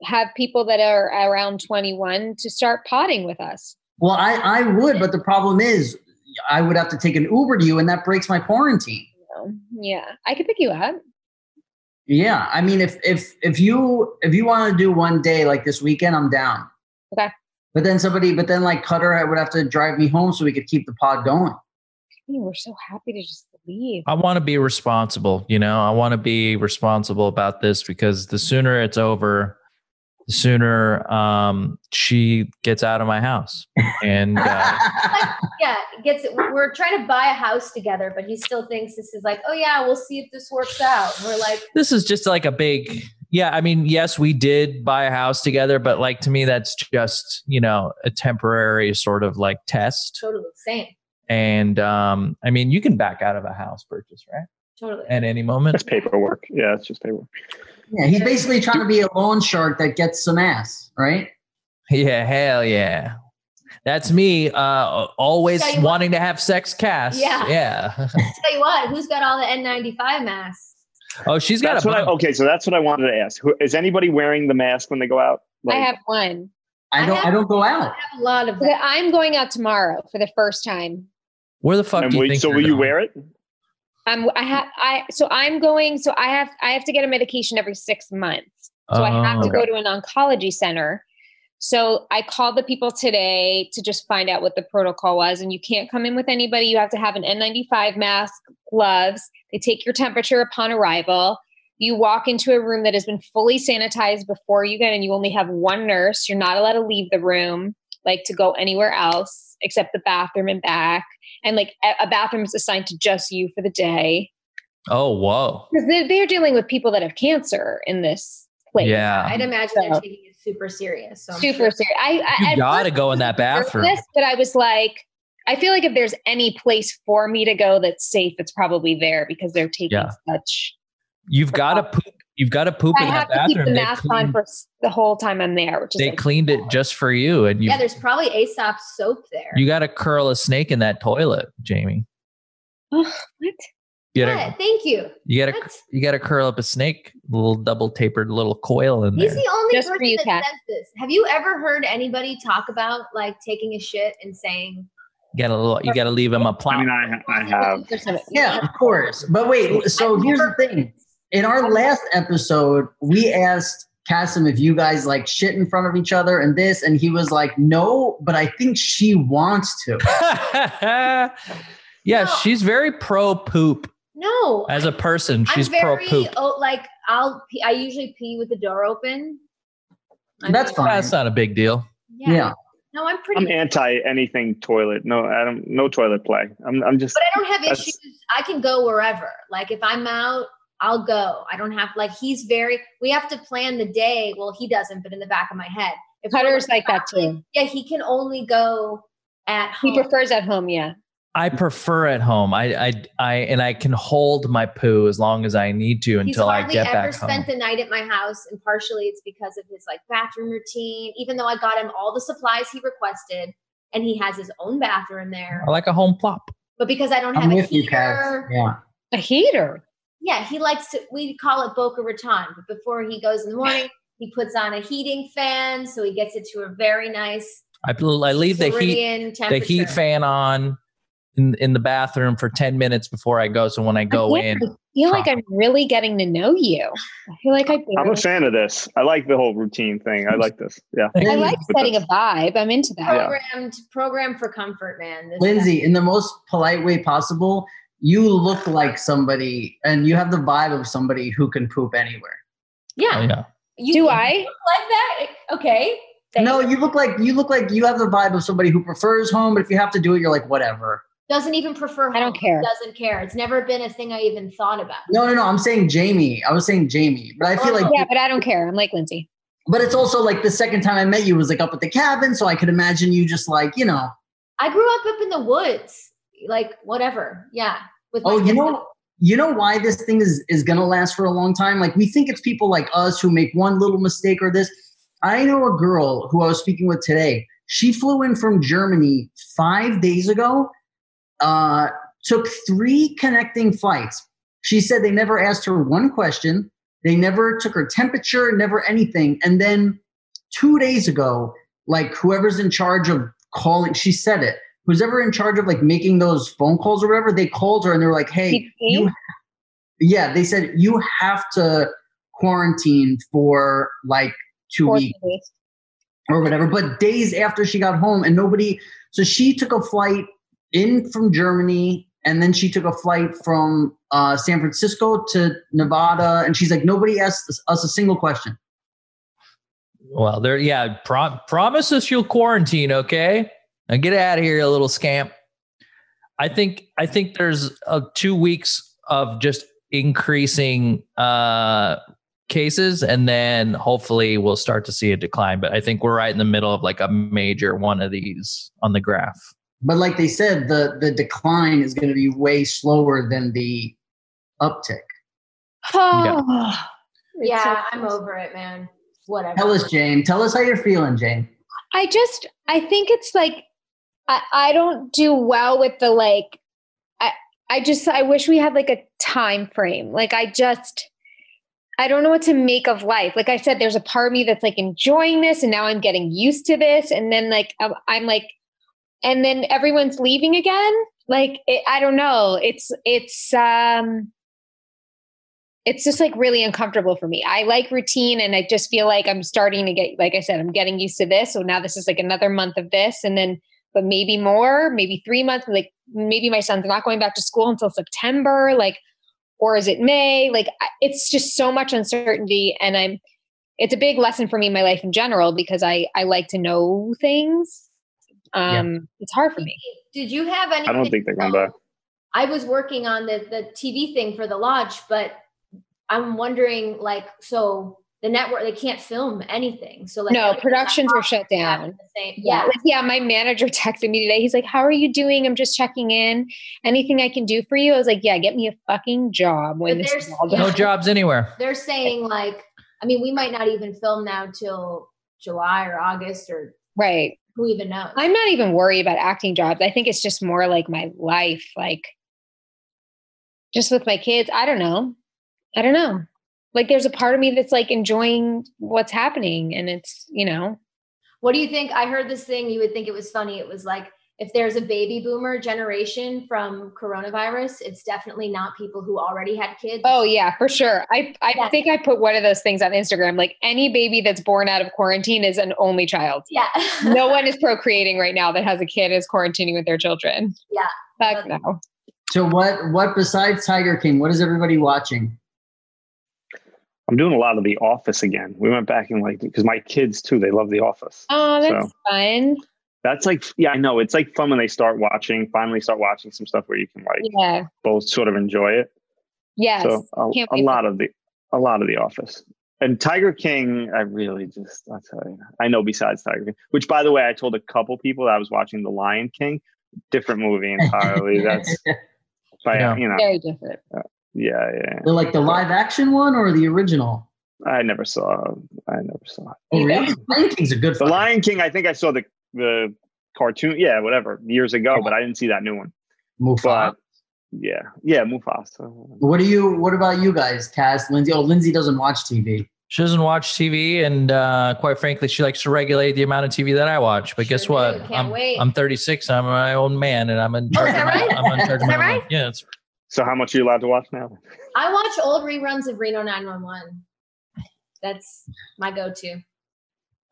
Speaker 4: have people that are around 21 to start potting with us.
Speaker 1: well, I, I would, but the problem is I would have to take an Uber to you and that breaks my quarantine.
Speaker 4: So, yeah, I could pick you up.
Speaker 1: Yeah. I mean, if if if you if you want to do one day like this weekend, I'm down.
Speaker 4: Okay.
Speaker 1: But then somebody, but then like Cutter would have to drive me home so we could keep the pod going.
Speaker 4: We we're so happy to just leave.
Speaker 3: I want to be responsible, you know. I want to be responsible about this because the sooner it's over, the sooner um, she gets out of my house. And uh,
Speaker 5: yeah, it gets we're trying to buy a house together, but he still thinks this is like, oh yeah, we'll see if this works out. And we're like,
Speaker 3: this is just like a big, yeah. I mean, yes, we did buy a house together, but like to me, that's just you know a temporary sort of like test.
Speaker 5: totally same,
Speaker 3: And um, I mean, you can back out of a house purchase, right?
Speaker 5: totally.
Speaker 3: At any moment.
Speaker 2: That's paperwork. Yeah, it's just paperwork.
Speaker 1: yeah, he's basically trying to be a loan shark that gets some ass, right?
Speaker 3: Yeah, hell yeah. That's me uh, always
Speaker 5: Tell you what-
Speaker 3: wanting to have sex cast.
Speaker 5: Yeah.
Speaker 3: Yeah.
Speaker 5: Tell you what, who's got all the N95 masks?
Speaker 3: Oh, she's got
Speaker 2: That's
Speaker 3: a
Speaker 2: what I,
Speaker 3: bump.
Speaker 2: okay, so that's what I wanted to ask. Who, is anybody wearing the mask when they go out?
Speaker 4: I have one.
Speaker 1: I
Speaker 5: I
Speaker 1: don't I,
Speaker 5: have-
Speaker 1: don't go out.
Speaker 5: I have a lot of
Speaker 4: Okay,
Speaker 5: them.
Speaker 4: I'm going out tomorrow for the first time.
Speaker 3: Where the fuck
Speaker 2: and
Speaker 3: do you
Speaker 2: will-
Speaker 3: think?
Speaker 2: so
Speaker 3: you're
Speaker 2: will you
Speaker 3: going?
Speaker 2: wear it?
Speaker 4: I'm I have I so I'm going so I have I have to get a medication every 6 months. So I have to
Speaker 3: Oh.
Speaker 4: go to an oncology center. So I called the people today to just find out what the protocol was. And you can't come in with anybody. You have to have an N95 mask, gloves. They take your temperature upon arrival. You walk into a room that has been fully sanitized before you get in. You only have one nurse. You're not allowed to leave the room, like to go anywhere else except the bathroom and back. And like a- a bathroom is assigned to just you for the day.
Speaker 3: Oh, whoa.
Speaker 4: Because they're, they're dealing with people that have cancer in this place.
Speaker 3: yeah.
Speaker 1: Um,
Speaker 5: I'd imagine they're
Speaker 4: So-
Speaker 5: taking it super serious. So I'm
Speaker 4: super serious. I, I
Speaker 3: You
Speaker 4: at
Speaker 3: gotta
Speaker 4: first
Speaker 3: go
Speaker 4: I
Speaker 3: in that
Speaker 4: was
Speaker 3: bathroom.
Speaker 4: nervous, but I was like, I feel like if there's any place for me to go that's safe, it's probably there because they're taking
Speaker 3: Yeah.
Speaker 4: such.
Speaker 3: You've got to poop. You've got to poop
Speaker 4: I
Speaker 3: in that
Speaker 4: have to keep
Speaker 3: bathroom.
Speaker 4: the
Speaker 3: They
Speaker 4: mask on
Speaker 3: cleaned-
Speaker 4: for s- the whole time I'm there, which is
Speaker 3: they
Speaker 4: like,
Speaker 3: cleaned it just for you, and you
Speaker 5: yeah, there's probably Aesop's soap there.
Speaker 3: you got to curl a snake in that toilet, Jamie.
Speaker 4: Ugh, what?
Speaker 3: You
Speaker 5: What?
Speaker 3: got to
Speaker 5: Thank you.
Speaker 3: you got to
Speaker 5: What?
Speaker 3: you got to curl up a snake, little double tapered little coil in
Speaker 5: He's
Speaker 3: there.
Speaker 5: the only
Speaker 4: Just for
Speaker 5: person
Speaker 4: you,
Speaker 5: that
Speaker 4: Kat.
Speaker 5: says this. Have you ever heard anybody talk about like taking a shit and saying,
Speaker 3: Got a little. You got to leave him a plop.
Speaker 2: I mean, I, I have.
Speaker 1: Yeah, of course. But wait, so here's the thing. In our last episode, we asked Cassim if you guys like shit in front of each other and this, and he was like, no, but I think she wants to.
Speaker 3: yeah,
Speaker 5: No.
Speaker 3: she's very pro poop
Speaker 5: "No,
Speaker 3: as a person. She's
Speaker 5: I'm
Speaker 3: pro
Speaker 5: very
Speaker 3: poop.
Speaker 5: oh, like I'll pee, I usually pee with the door open." I
Speaker 1: That's
Speaker 5: mean,
Speaker 1: fine.
Speaker 3: That's not a big deal.
Speaker 5: Yeah.
Speaker 1: yeah.
Speaker 5: No, I'm pretty.
Speaker 2: I'm anti anything toilet. No, I don't. No toilet play. I'm. I'm just.
Speaker 5: but I don't have
Speaker 2: That's-
Speaker 5: issues. I can go wherever. Like if I'm out, I'll go. I don't have like he's very. We have to plan the day. Well, he doesn't, but in the back of my head, if we're,
Speaker 4: Cutter's like that too.
Speaker 5: yeah, he can only go at
Speaker 4: He
Speaker 5: home.
Speaker 4: prefers at home. Yeah.
Speaker 3: I prefer at home. I, I, I, and I can hold my poo as long as I need to
Speaker 5: He's
Speaker 3: until I
Speaker 5: hardly
Speaker 3: get
Speaker 5: ever
Speaker 3: back home.
Speaker 5: spent the night at my house, and partially it's because of his like bathroom routine. Even though I got him all the supplies he requested, and he has his own bathroom there,
Speaker 3: I like a home plop.
Speaker 5: but because I don't have
Speaker 1: I'm
Speaker 5: a
Speaker 1: with you, Cass.
Speaker 5: heater,
Speaker 1: Yeah.
Speaker 4: A heater.
Speaker 5: yeah, he likes to. We call it Boca Raton, but before he goes in the morning, he puts on a heating fan, so he gets it to a very nice
Speaker 3: I, bl- I leave the heat,
Speaker 5: Floridian
Speaker 3: the
Speaker 5: temperature.
Speaker 3: heat fan on in, in the bathroom for 10 minutes before I go. So when I go
Speaker 4: Yeah,
Speaker 3: in,
Speaker 4: I feel like I'm really getting to know you. I feel like I.
Speaker 2: I'm a
Speaker 4: barely-
Speaker 2: fan of this. I like the whole routine thing. I like this. Yeah.
Speaker 4: I like
Speaker 2: But
Speaker 4: setting a vibe. I'm into that.
Speaker 2: Yeah.
Speaker 5: programmed, programmed for comfort, man. This
Speaker 1: Lindsay, in the most polite way possible, you look like somebody and you have the vibe of somebody who can poop anywhere.
Speaker 3: oh,
Speaker 5: yeah,
Speaker 3: yeah.
Speaker 5: you
Speaker 4: Do
Speaker 5: you
Speaker 4: I?
Speaker 5: look like that? Okay, Thank
Speaker 1: no,
Speaker 5: you.
Speaker 1: you look like you look like you have the vibe of somebody who prefers home, but if you have to do it, you're like, whatever.
Speaker 5: Doesn't even prefer.
Speaker 4: I don't
Speaker 5: home.
Speaker 4: care.
Speaker 5: Doesn't care. It's never been a thing I even thought about.
Speaker 1: No, no, no. I'm saying Jamie. I was saying Jamie, but I
Speaker 5: Oh,
Speaker 1: feel like,
Speaker 4: Yeah, but I don't care. I'm like Lindsay.
Speaker 1: but it's also like the second time I met you was like up at the cabin, so I could imagine you just like you know.
Speaker 5: I grew up up in the woods, like whatever. Yeah. With
Speaker 1: Oh, you know, you know why this thing is is gonna last for a long time. Like we think it's people like us who make one little mistake or this. I know a girl who I was speaking with today. She flew in from Germany five days ago. Uh, took three connecting flights. She said they never asked her one question. They never took her temperature, never anything. And then two days ago, like whoever's in charge of calling, she said it. Who's ever in charge of like making those phone calls or whatever, they called her and they were like, hey, you, yeah, they said you have to quarantine for like two
Speaker 4: Four
Speaker 1: weeks
Speaker 4: days.
Speaker 1: or whatever. But days after she got home, and nobody. So she took a flight in from Germany, and then she took a flight from uh, San Francisco to Nevada, and she's like, nobody asked us- us a single question.
Speaker 3: Well, there, yeah. Prom- promise us you'll quarantine, okay? Now get out of here, you little scamp. I think I think there's uh, two weeks of just increasing uh, cases, and then hopefully we'll start to see a decline. But I think we're right in the middle of like a major one of these on the graph.
Speaker 1: But like they said, the the decline is going to be way slower than the uptick.
Speaker 4: Oh. It's
Speaker 5: Yeah,
Speaker 4: so
Speaker 5: I'm over it, man. Whatever.
Speaker 1: Tell us, Jane. Tell us how you're feeling, Jane.
Speaker 4: I just I think it's like I, I don't do well with the like I I just I wish we had like a time frame. Like I just I don't know what to make of life. Like I said, there's a part of me that's like enjoying this and now I'm getting used to this. And then like I'm, I'm like and then everyone's leaving again. Like it, I don't know. It's it's um it's just like really uncomfortable for me. I like routine and I just feel like I'm starting to get, like I said, I'm getting used to this. So now this is like another month of this. And then, but maybe more, maybe three months. Like maybe my son's not going back to school until September. Like, or is it May? Like I- it's just so much uncertainty. And I'm, it's a big lesson for me in my life in general because I, I like to know things. Um, It's hard for me.
Speaker 5: Did you have any?
Speaker 2: I don't think they're going back.
Speaker 5: I was working on the the TV thing for the lodge, but I'm wondering, like, so the network they can't film anything. So like,
Speaker 4: No, productions were shut down.
Speaker 5: The same-
Speaker 4: Yeah.
Speaker 5: Yeah.
Speaker 4: like, yeah. My manager texted me today. He's like, How are you doing? I'm just checking in. Anything I can do for you? I was like, Yeah, get me a fucking job when
Speaker 5: But
Speaker 4: this is
Speaker 5: there's-
Speaker 4: all
Speaker 3: No
Speaker 4: done.
Speaker 5: yeah.
Speaker 3: jobs anywhere.
Speaker 5: They're saying like, I mean, we might not even film now till July or August or
Speaker 4: Right.
Speaker 5: who even knows.
Speaker 4: I'm not even worried about acting jobs. I think it's just more like my life, like just with my kids. I don't know. I don't know. Like there's a part of me that's like enjoying what's happening and it's, you know,
Speaker 5: What do you think? I heard this thing. You would think it was funny. It was like, if there's a baby boomer generation from coronavirus, it's definitely not people who already had kids.
Speaker 4: Oh yeah, for sure. I I
Speaker 5: Yeah.
Speaker 4: think I put one of those things on Instagram. Like any baby that's born out of quarantine is an only child.
Speaker 5: yeah.
Speaker 4: no one is procreating right now that has a kid is quarantining with their children.
Speaker 5: Yeah.
Speaker 4: Fuck no.
Speaker 1: So what? What besides Tiger King? What is everybody watching?
Speaker 2: I'm doing a lot of The Office again. We went back and like because my kids too, they love The Office.
Speaker 4: Oh, that's
Speaker 2: So-
Speaker 4: fun.
Speaker 2: That's like yeah, I know. It's like fun when they start watching, finally start watching some stuff where you can like
Speaker 4: Yeah.
Speaker 2: both sort of enjoy it.
Speaker 4: Yes.
Speaker 2: So a,
Speaker 4: Can't
Speaker 2: a
Speaker 4: wait.
Speaker 2: lot of the a lot of the office. And Tiger King, I really just I tell you, I know besides Tiger King, which by the way, I told a couple people that I was watching The Lion King, different movie entirely. That's by
Speaker 3: Yeah.
Speaker 2: you know,
Speaker 4: Very different.
Speaker 2: yeah, yeah.
Speaker 1: They're like the live action one or the original.
Speaker 2: I never saw, I never saw it.
Speaker 1: Oh, really? Lion King's a good.
Speaker 2: The
Speaker 1: fucking-
Speaker 2: Lion King. I think I saw the the cartoon, yeah, whatever, years ago, but I didn't see that new one.
Speaker 1: Mufasa.
Speaker 2: But yeah, yeah, Mufasa.
Speaker 1: What do you? What about you guys, Cass, Lindsay? Oh, Lindsay doesn't watch TV.
Speaker 3: She doesn't watch TV, and uh, quite frankly, she likes to regulate the amount of TV that I watch. But guess
Speaker 5: Sure
Speaker 3: what?
Speaker 5: do. Can't
Speaker 3: I'm,
Speaker 5: wait.
Speaker 3: I'm 36. I'm my own man, and I'm in charge.
Speaker 5: that
Speaker 3: of my,
Speaker 5: right?
Speaker 3: I'm in charge of my
Speaker 5: Is that
Speaker 3: own
Speaker 5: right?
Speaker 3: life. Yeah, it's
Speaker 2: So how much are you allowed to watch now?
Speaker 5: I watch old reruns of Reno 911. That's my go-to.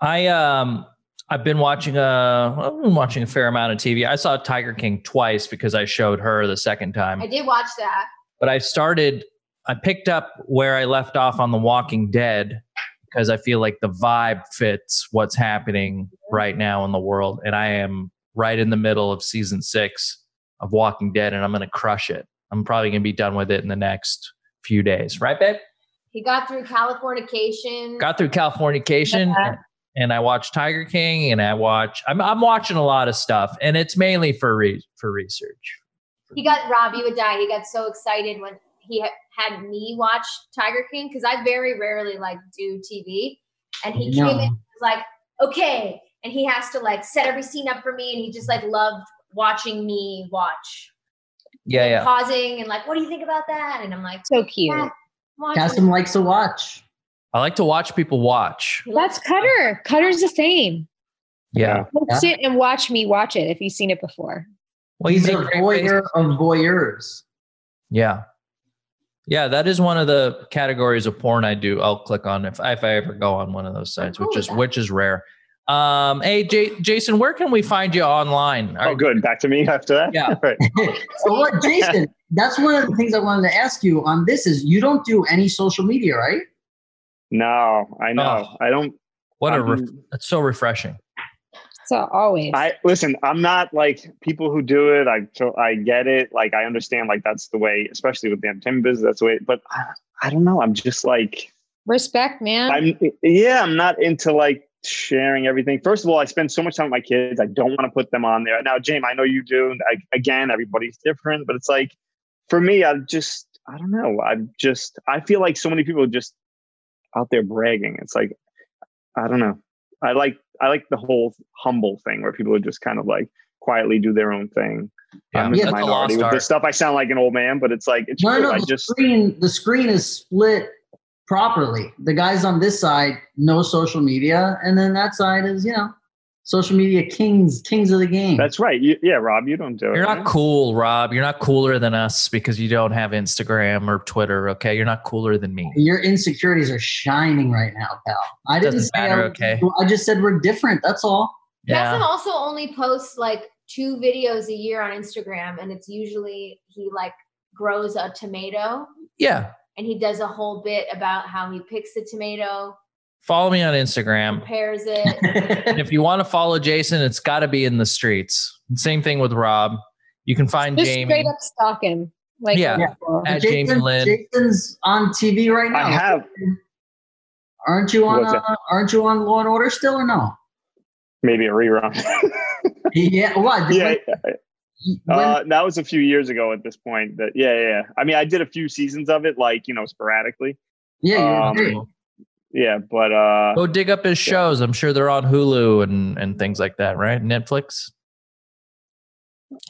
Speaker 3: I um I've been watching uh I've been watching a fair amount of TV. I saw Tiger King twice because I showed her the second
Speaker 5: I
Speaker 3: time.
Speaker 5: did watch that.
Speaker 3: But I started I picked up where I left off on The Walking Dead because I feel like the vibe fits what's happening right now in the world and I am right in the middle of season 6 of Walking Dead, and I'm gonna crush it. I'm probably gonna be done with it in the next few days, right, babe?
Speaker 5: He got through Californication.
Speaker 3: Got through Californication, and, and I watched Tiger King, and I watch. I'm I'm watching a lot of stuff, and it's mainly for re- for research.
Speaker 5: he got Rob. You would die. He got so excited when he ha- had me watch Tiger King because I very rarely like do TV, and he
Speaker 1: No.
Speaker 5: came in and was like, "Okay," and he has to like set every scene up for me, and he just like loved watching me watch,
Speaker 3: Yeah, yeah.
Speaker 5: pausing and like, "What do you think about that?" And I'm like,
Speaker 4: So cute.
Speaker 5: "Yeah, watching
Speaker 1: Cassim likes to watch.
Speaker 3: I like to watch people watch.
Speaker 5: it."
Speaker 4: That's Cutter. Cutter's the same.
Speaker 3: Yeah.
Speaker 4: He'll
Speaker 1: Yeah.
Speaker 4: Sit and watch me watch it if you've seen it before.
Speaker 3: Well,
Speaker 1: He's
Speaker 3: he's
Speaker 1: a
Speaker 3: a great face.
Speaker 1: voyeur of voyeurs.
Speaker 3: Yeah. Yeah, that is one of the categories of porn I do. I'll click on if if I ever go on one of those sites,
Speaker 5: Oh, cool
Speaker 3: which
Speaker 5: with
Speaker 3: is
Speaker 5: that.
Speaker 3: which is rare. Um, hey, J- Jason, where can we find you online? Are-
Speaker 2: Oh, good. Back to me after that.
Speaker 3: Yeah.
Speaker 2: Right.
Speaker 1: So what, Jason? that's one of the things I wanted to ask you on this is you don't do any social media, right?
Speaker 2: No, I know. I don't.
Speaker 3: Oh, What a
Speaker 2: I'm-
Speaker 3: ref- that's so refreshing.
Speaker 4: So always.
Speaker 2: I listen. I'm not like people who do it. I so I get it. Like I understand. Like that's the way, especially with the entertainment business. That's the way. But I, I don't know. I'm just like
Speaker 4: Respect, man.
Speaker 2: I'm. Yeah, I'm not into like sharing everything. First of all, I spend so much time with my kids. I don't want to put them on there. Now, James, I know you do. and I, again, everybody's different, but it's like for me, I'm just. I don't know. I'm just. I feel like so many people are just out there bragging. It's like I don't know. I like I like the whole humble thing where people are just kind of like quietly do their own thing.
Speaker 3: Yeah,
Speaker 2: I'm in
Speaker 1: Yeah,
Speaker 2: the
Speaker 3: that's a
Speaker 2: minority
Speaker 3: lost
Speaker 2: with
Speaker 3: art.
Speaker 2: this stuff. I sound like an old man, but it's like it's
Speaker 1: No,
Speaker 2: true.
Speaker 1: no,
Speaker 2: I
Speaker 1: the
Speaker 2: just
Speaker 1: screen the screen is split properly. The guys on this side no social media, and then that side is you know social media kings, kings of the game.
Speaker 2: that's right. You, yeah, Rob, you don't do it.
Speaker 3: You're
Speaker 2: right?
Speaker 3: not cool, Rob. You're not cooler than us because you don't have Instagram or Twitter. Okay, you're not cooler than me.
Speaker 1: your insecurities are shining right now, pal. I didn't
Speaker 3: Doesn't
Speaker 1: say I
Speaker 3: matter,
Speaker 1: was-
Speaker 3: okay?
Speaker 1: I just said we're different. That's all.
Speaker 3: Yeah.
Speaker 5: Cassim also only posts like two videos a year on Instagram, and it's usually he like grows a tomato
Speaker 3: Yeah.
Speaker 5: and he does a whole bit about how he picks the tomato,
Speaker 3: Follow me on Instagram.
Speaker 5: prepares it.
Speaker 3: And if you want to follow Jason, it's got to be in the streets. Same thing with Rob. You can find
Speaker 4: Just
Speaker 3: Jamie.
Speaker 4: straight up stalk him. Like
Speaker 3: Yeah.
Speaker 4: wonderful.
Speaker 3: At James Lynn.
Speaker 1: Uh, Jason's on TV right now.
Speaker 2: I have
Speaker 1: Aren't you on?
Speaker 2: What's
Speaker 1: Uh, aren't you on Law and Order still or no?
Speaker 2: maybe a rerun.
Speaker 1: yeah. What?
Speaker 2: yeah,
Speaker 1: When-
Speaker 2: uh, that was a few years ago. At this point, that yeah, yeah. yeah. I mean, I did a few seasons of it, like you know, sporadically.
Speaker 1: yeah. You're
Speaker 2: um,
Speaker 1: great.
Speaker 2: Yeah, but uh,
Speaker 3: Go dig up his shows. I'm sure they're on Hulu and, and things like that, right? Netflix.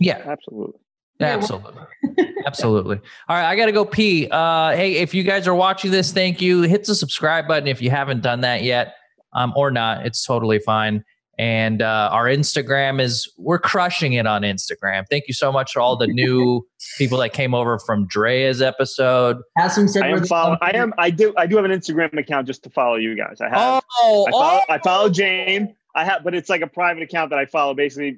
Speaker 3: Yeah,
Speaker 2: absolutely.
Speaker 1: Yeah, well-
Speaker 3: absolutely, absolutely. All right, I gotta go pee. Uh, hey, if you guys are watching this, thank you. Hit the subscribe button if you haven't done that yet, um, or not. It's totally fine. And uh, our Instagram is we're crushing it on Instagram. Thank you so much to all the new people that came over from Drea's episode.
Speaker 1: Hassan said
Speaker 2: I
Speaker 1: we're
Speaker 2: am
Speaker 1: the-
Speaker 2: following. I am. I do. I do have an Instagram account just to follow you guys. I have.
Speaker 3: Oh,
Speaker 2: I
Speaker 3: oh,
Speaker 2: follow, I follow Jane. I have, but it's like a private account that I follow basically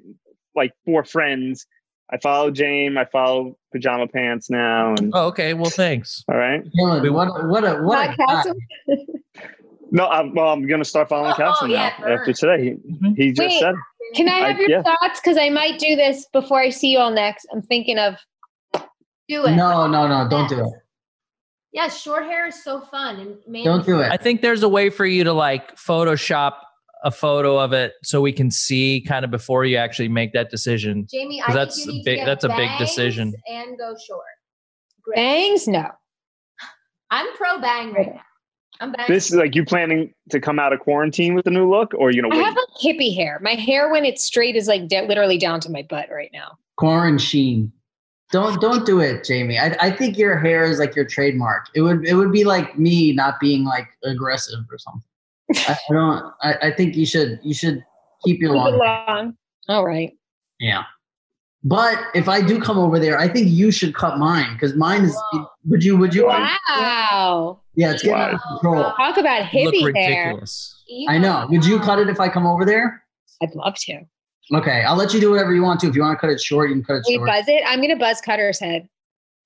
Speaker 2: like four friends. I follow Jane. I follow Pajama Pants now. And
Speaker 3: oh, okay. Well, thanks.
Speaker 2: all right.
Speaker 1: Dylan,
Speaker 3: We-
Speaker 1: what a what a what a
Speaker 4: Not
Speaker 1: guy.
Speaker 4: Cassim?
Speaker 2: No, I'm, well, I'm gonna start following
Speaker 5: Oh,
Speaker 2: Castle
Speaker 5: oh, yeah,
Speaker 2: now after
Speaker 5: Vern.
Speaker 2: today. He, he just
Speaker 4: Wait.
Speaker 2: said
Speaker 4: Can I
Speaker 2: I-
Speaker 4: have your
Speaker 2: yeah.
Speaker 4: thoughts? Because I might do this before I see you all next. I'm thinking of
Speaker 5: Do it.
Speaker 1: No, no, no! Don't do it.
Speaker 5: Yeah, short hair is so fun. And man,
Speaker 1: Don't do
Speaker 3: I
Speaker 1: it.
Speaker 3: think there's a way for you to like Photoshop a photo of it so we can see kind of before you actually make that decision.
Speaker 5: Jamie, I
Speaker 3: 'Cause
Speaker 5: think
Speaker 3: that's
Speaker 5: you
Speaker 3: a
Speaker 5: need to
Speaker 3: big-
Speaker 5: get
Speaker 3: that's a big
Speaker 5: bangs
Speaker 3: decision.
Speaker 5: And go short. Great.
Speaker 4: bangs. No.
Speaker 5: I'm pro bang right now. I'm bang.
Speaker 2: this is like you planning to come out of quarantine with a new look, or you know,
Speaker 4: I
Speaker 2: wait.
Speaker 4: have like hippie hair. My hair when it's straight is like de- literally down to my butt right now.
Speaker 1: Quarantine. Don't don't do it, Jamie. I, I think your hair is like your trademark. It would it would be like me not being like aggressive or something. I, I don't. I, I think you should you should keep your long.
Speaker 4: Long. All right.
Speaker 1: Yeah. But if I do come over there, I think you should cut mine because mine is.
Speaker 5: Whoa.
Speaker 1: Would you? Would you?
Speaker 2: Why?
Speaker 4: Wow.
Speaker 1: Yeah, it's getting out of
Speaker 5: Wow.
Speaker 1: control.
Speaker 4: Talk about
Speaker 3: You
Speaker 4: hippie
Speaker 3: look
Speaker 4: hair.
Speaker 3: ridiculous.
Speaker 1: I know. Would you cut it if I come over there?
Speaker 4: I'd love to. Can
Speaker 1: Okay, I'll let you do whatever you want to. If you want to cut it short, you can cut it
Speaker 4: we
Speaker 1: short.
Speaker 4: buzz it? I'm gonna buzz Cutter's head.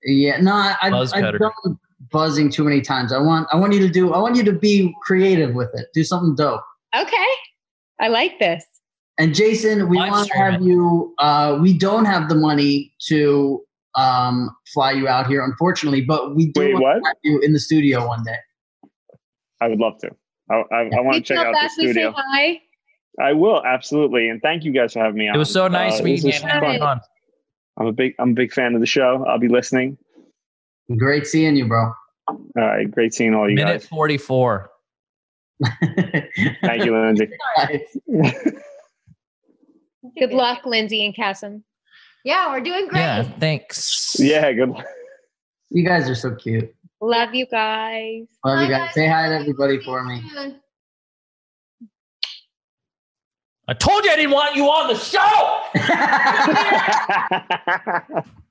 Speaker 1: Yeah, no, I, I've,
Speaker 3: Buzz
Speaker 1: I've
Speaker 3: cutter.
Speaker 1: done buzzing too many times. I want, I want you to do, I want you to be creative with it. Do something dope.
Speaker 4: Okay. I like this.
Speaker 1: And Jason, we
Speaker 3: Live
Speaker 1: want to
Speaker 3: stream
Speaker 1: have
Speaker 3: it.
Speaker 1: you. Uh, we don't have the money to um, fly you out here, unfortunately, but we do
Speaker 2: Wait,
Speaker 1: want
Speaker 2: what?
Speaker 1: to have you in the studio one day.
Speaker 2: I would love to. I, I, I want to
Speaker 4: We
Speaker 2: check
Speaker 4: come
Speaker 2: out the
Speaker 4: back, we say
Speaker 2: studio.
Speaker 4: hi.
Speaker 2: I will absolutely, and thank you guys for having me on.
Speaker 3: It was so nice
Speaker 2: Uh,
Speaker 3: meeting you.
Speaker 2: this
Speaker 3: and
Speaker 2: was fun.
Speaker 3: having you on.
Speaker 2: I'm a big, I'm a big fan of the show. I'll be listening.
Speaker 1: Great seeing you, bro.
Speaker 2: All right, great seeing all you
Speaker 3: Minute
Speaker 2: guys.
Speaker 3: forty four.
Speaker 2: Thank you, Lindsay.
Speaker 4: Good luck, Lindsay and Cassim.
Speaker 5: Yeah, we're doing great.
Speaker 3: Yeah, thanks.
Speaker 2: yeah, good. luck.
Speaker 1: you guys are so cute.
Speaker 4: Love you guys.
Speaker 1: Love you
Speaker 5: Hi,
Speaker 1: guys.
Speaker 5: guys.
Speaker 1: Say hi to everybody for me.
Speaker 3: I told you I didn't want you on the show.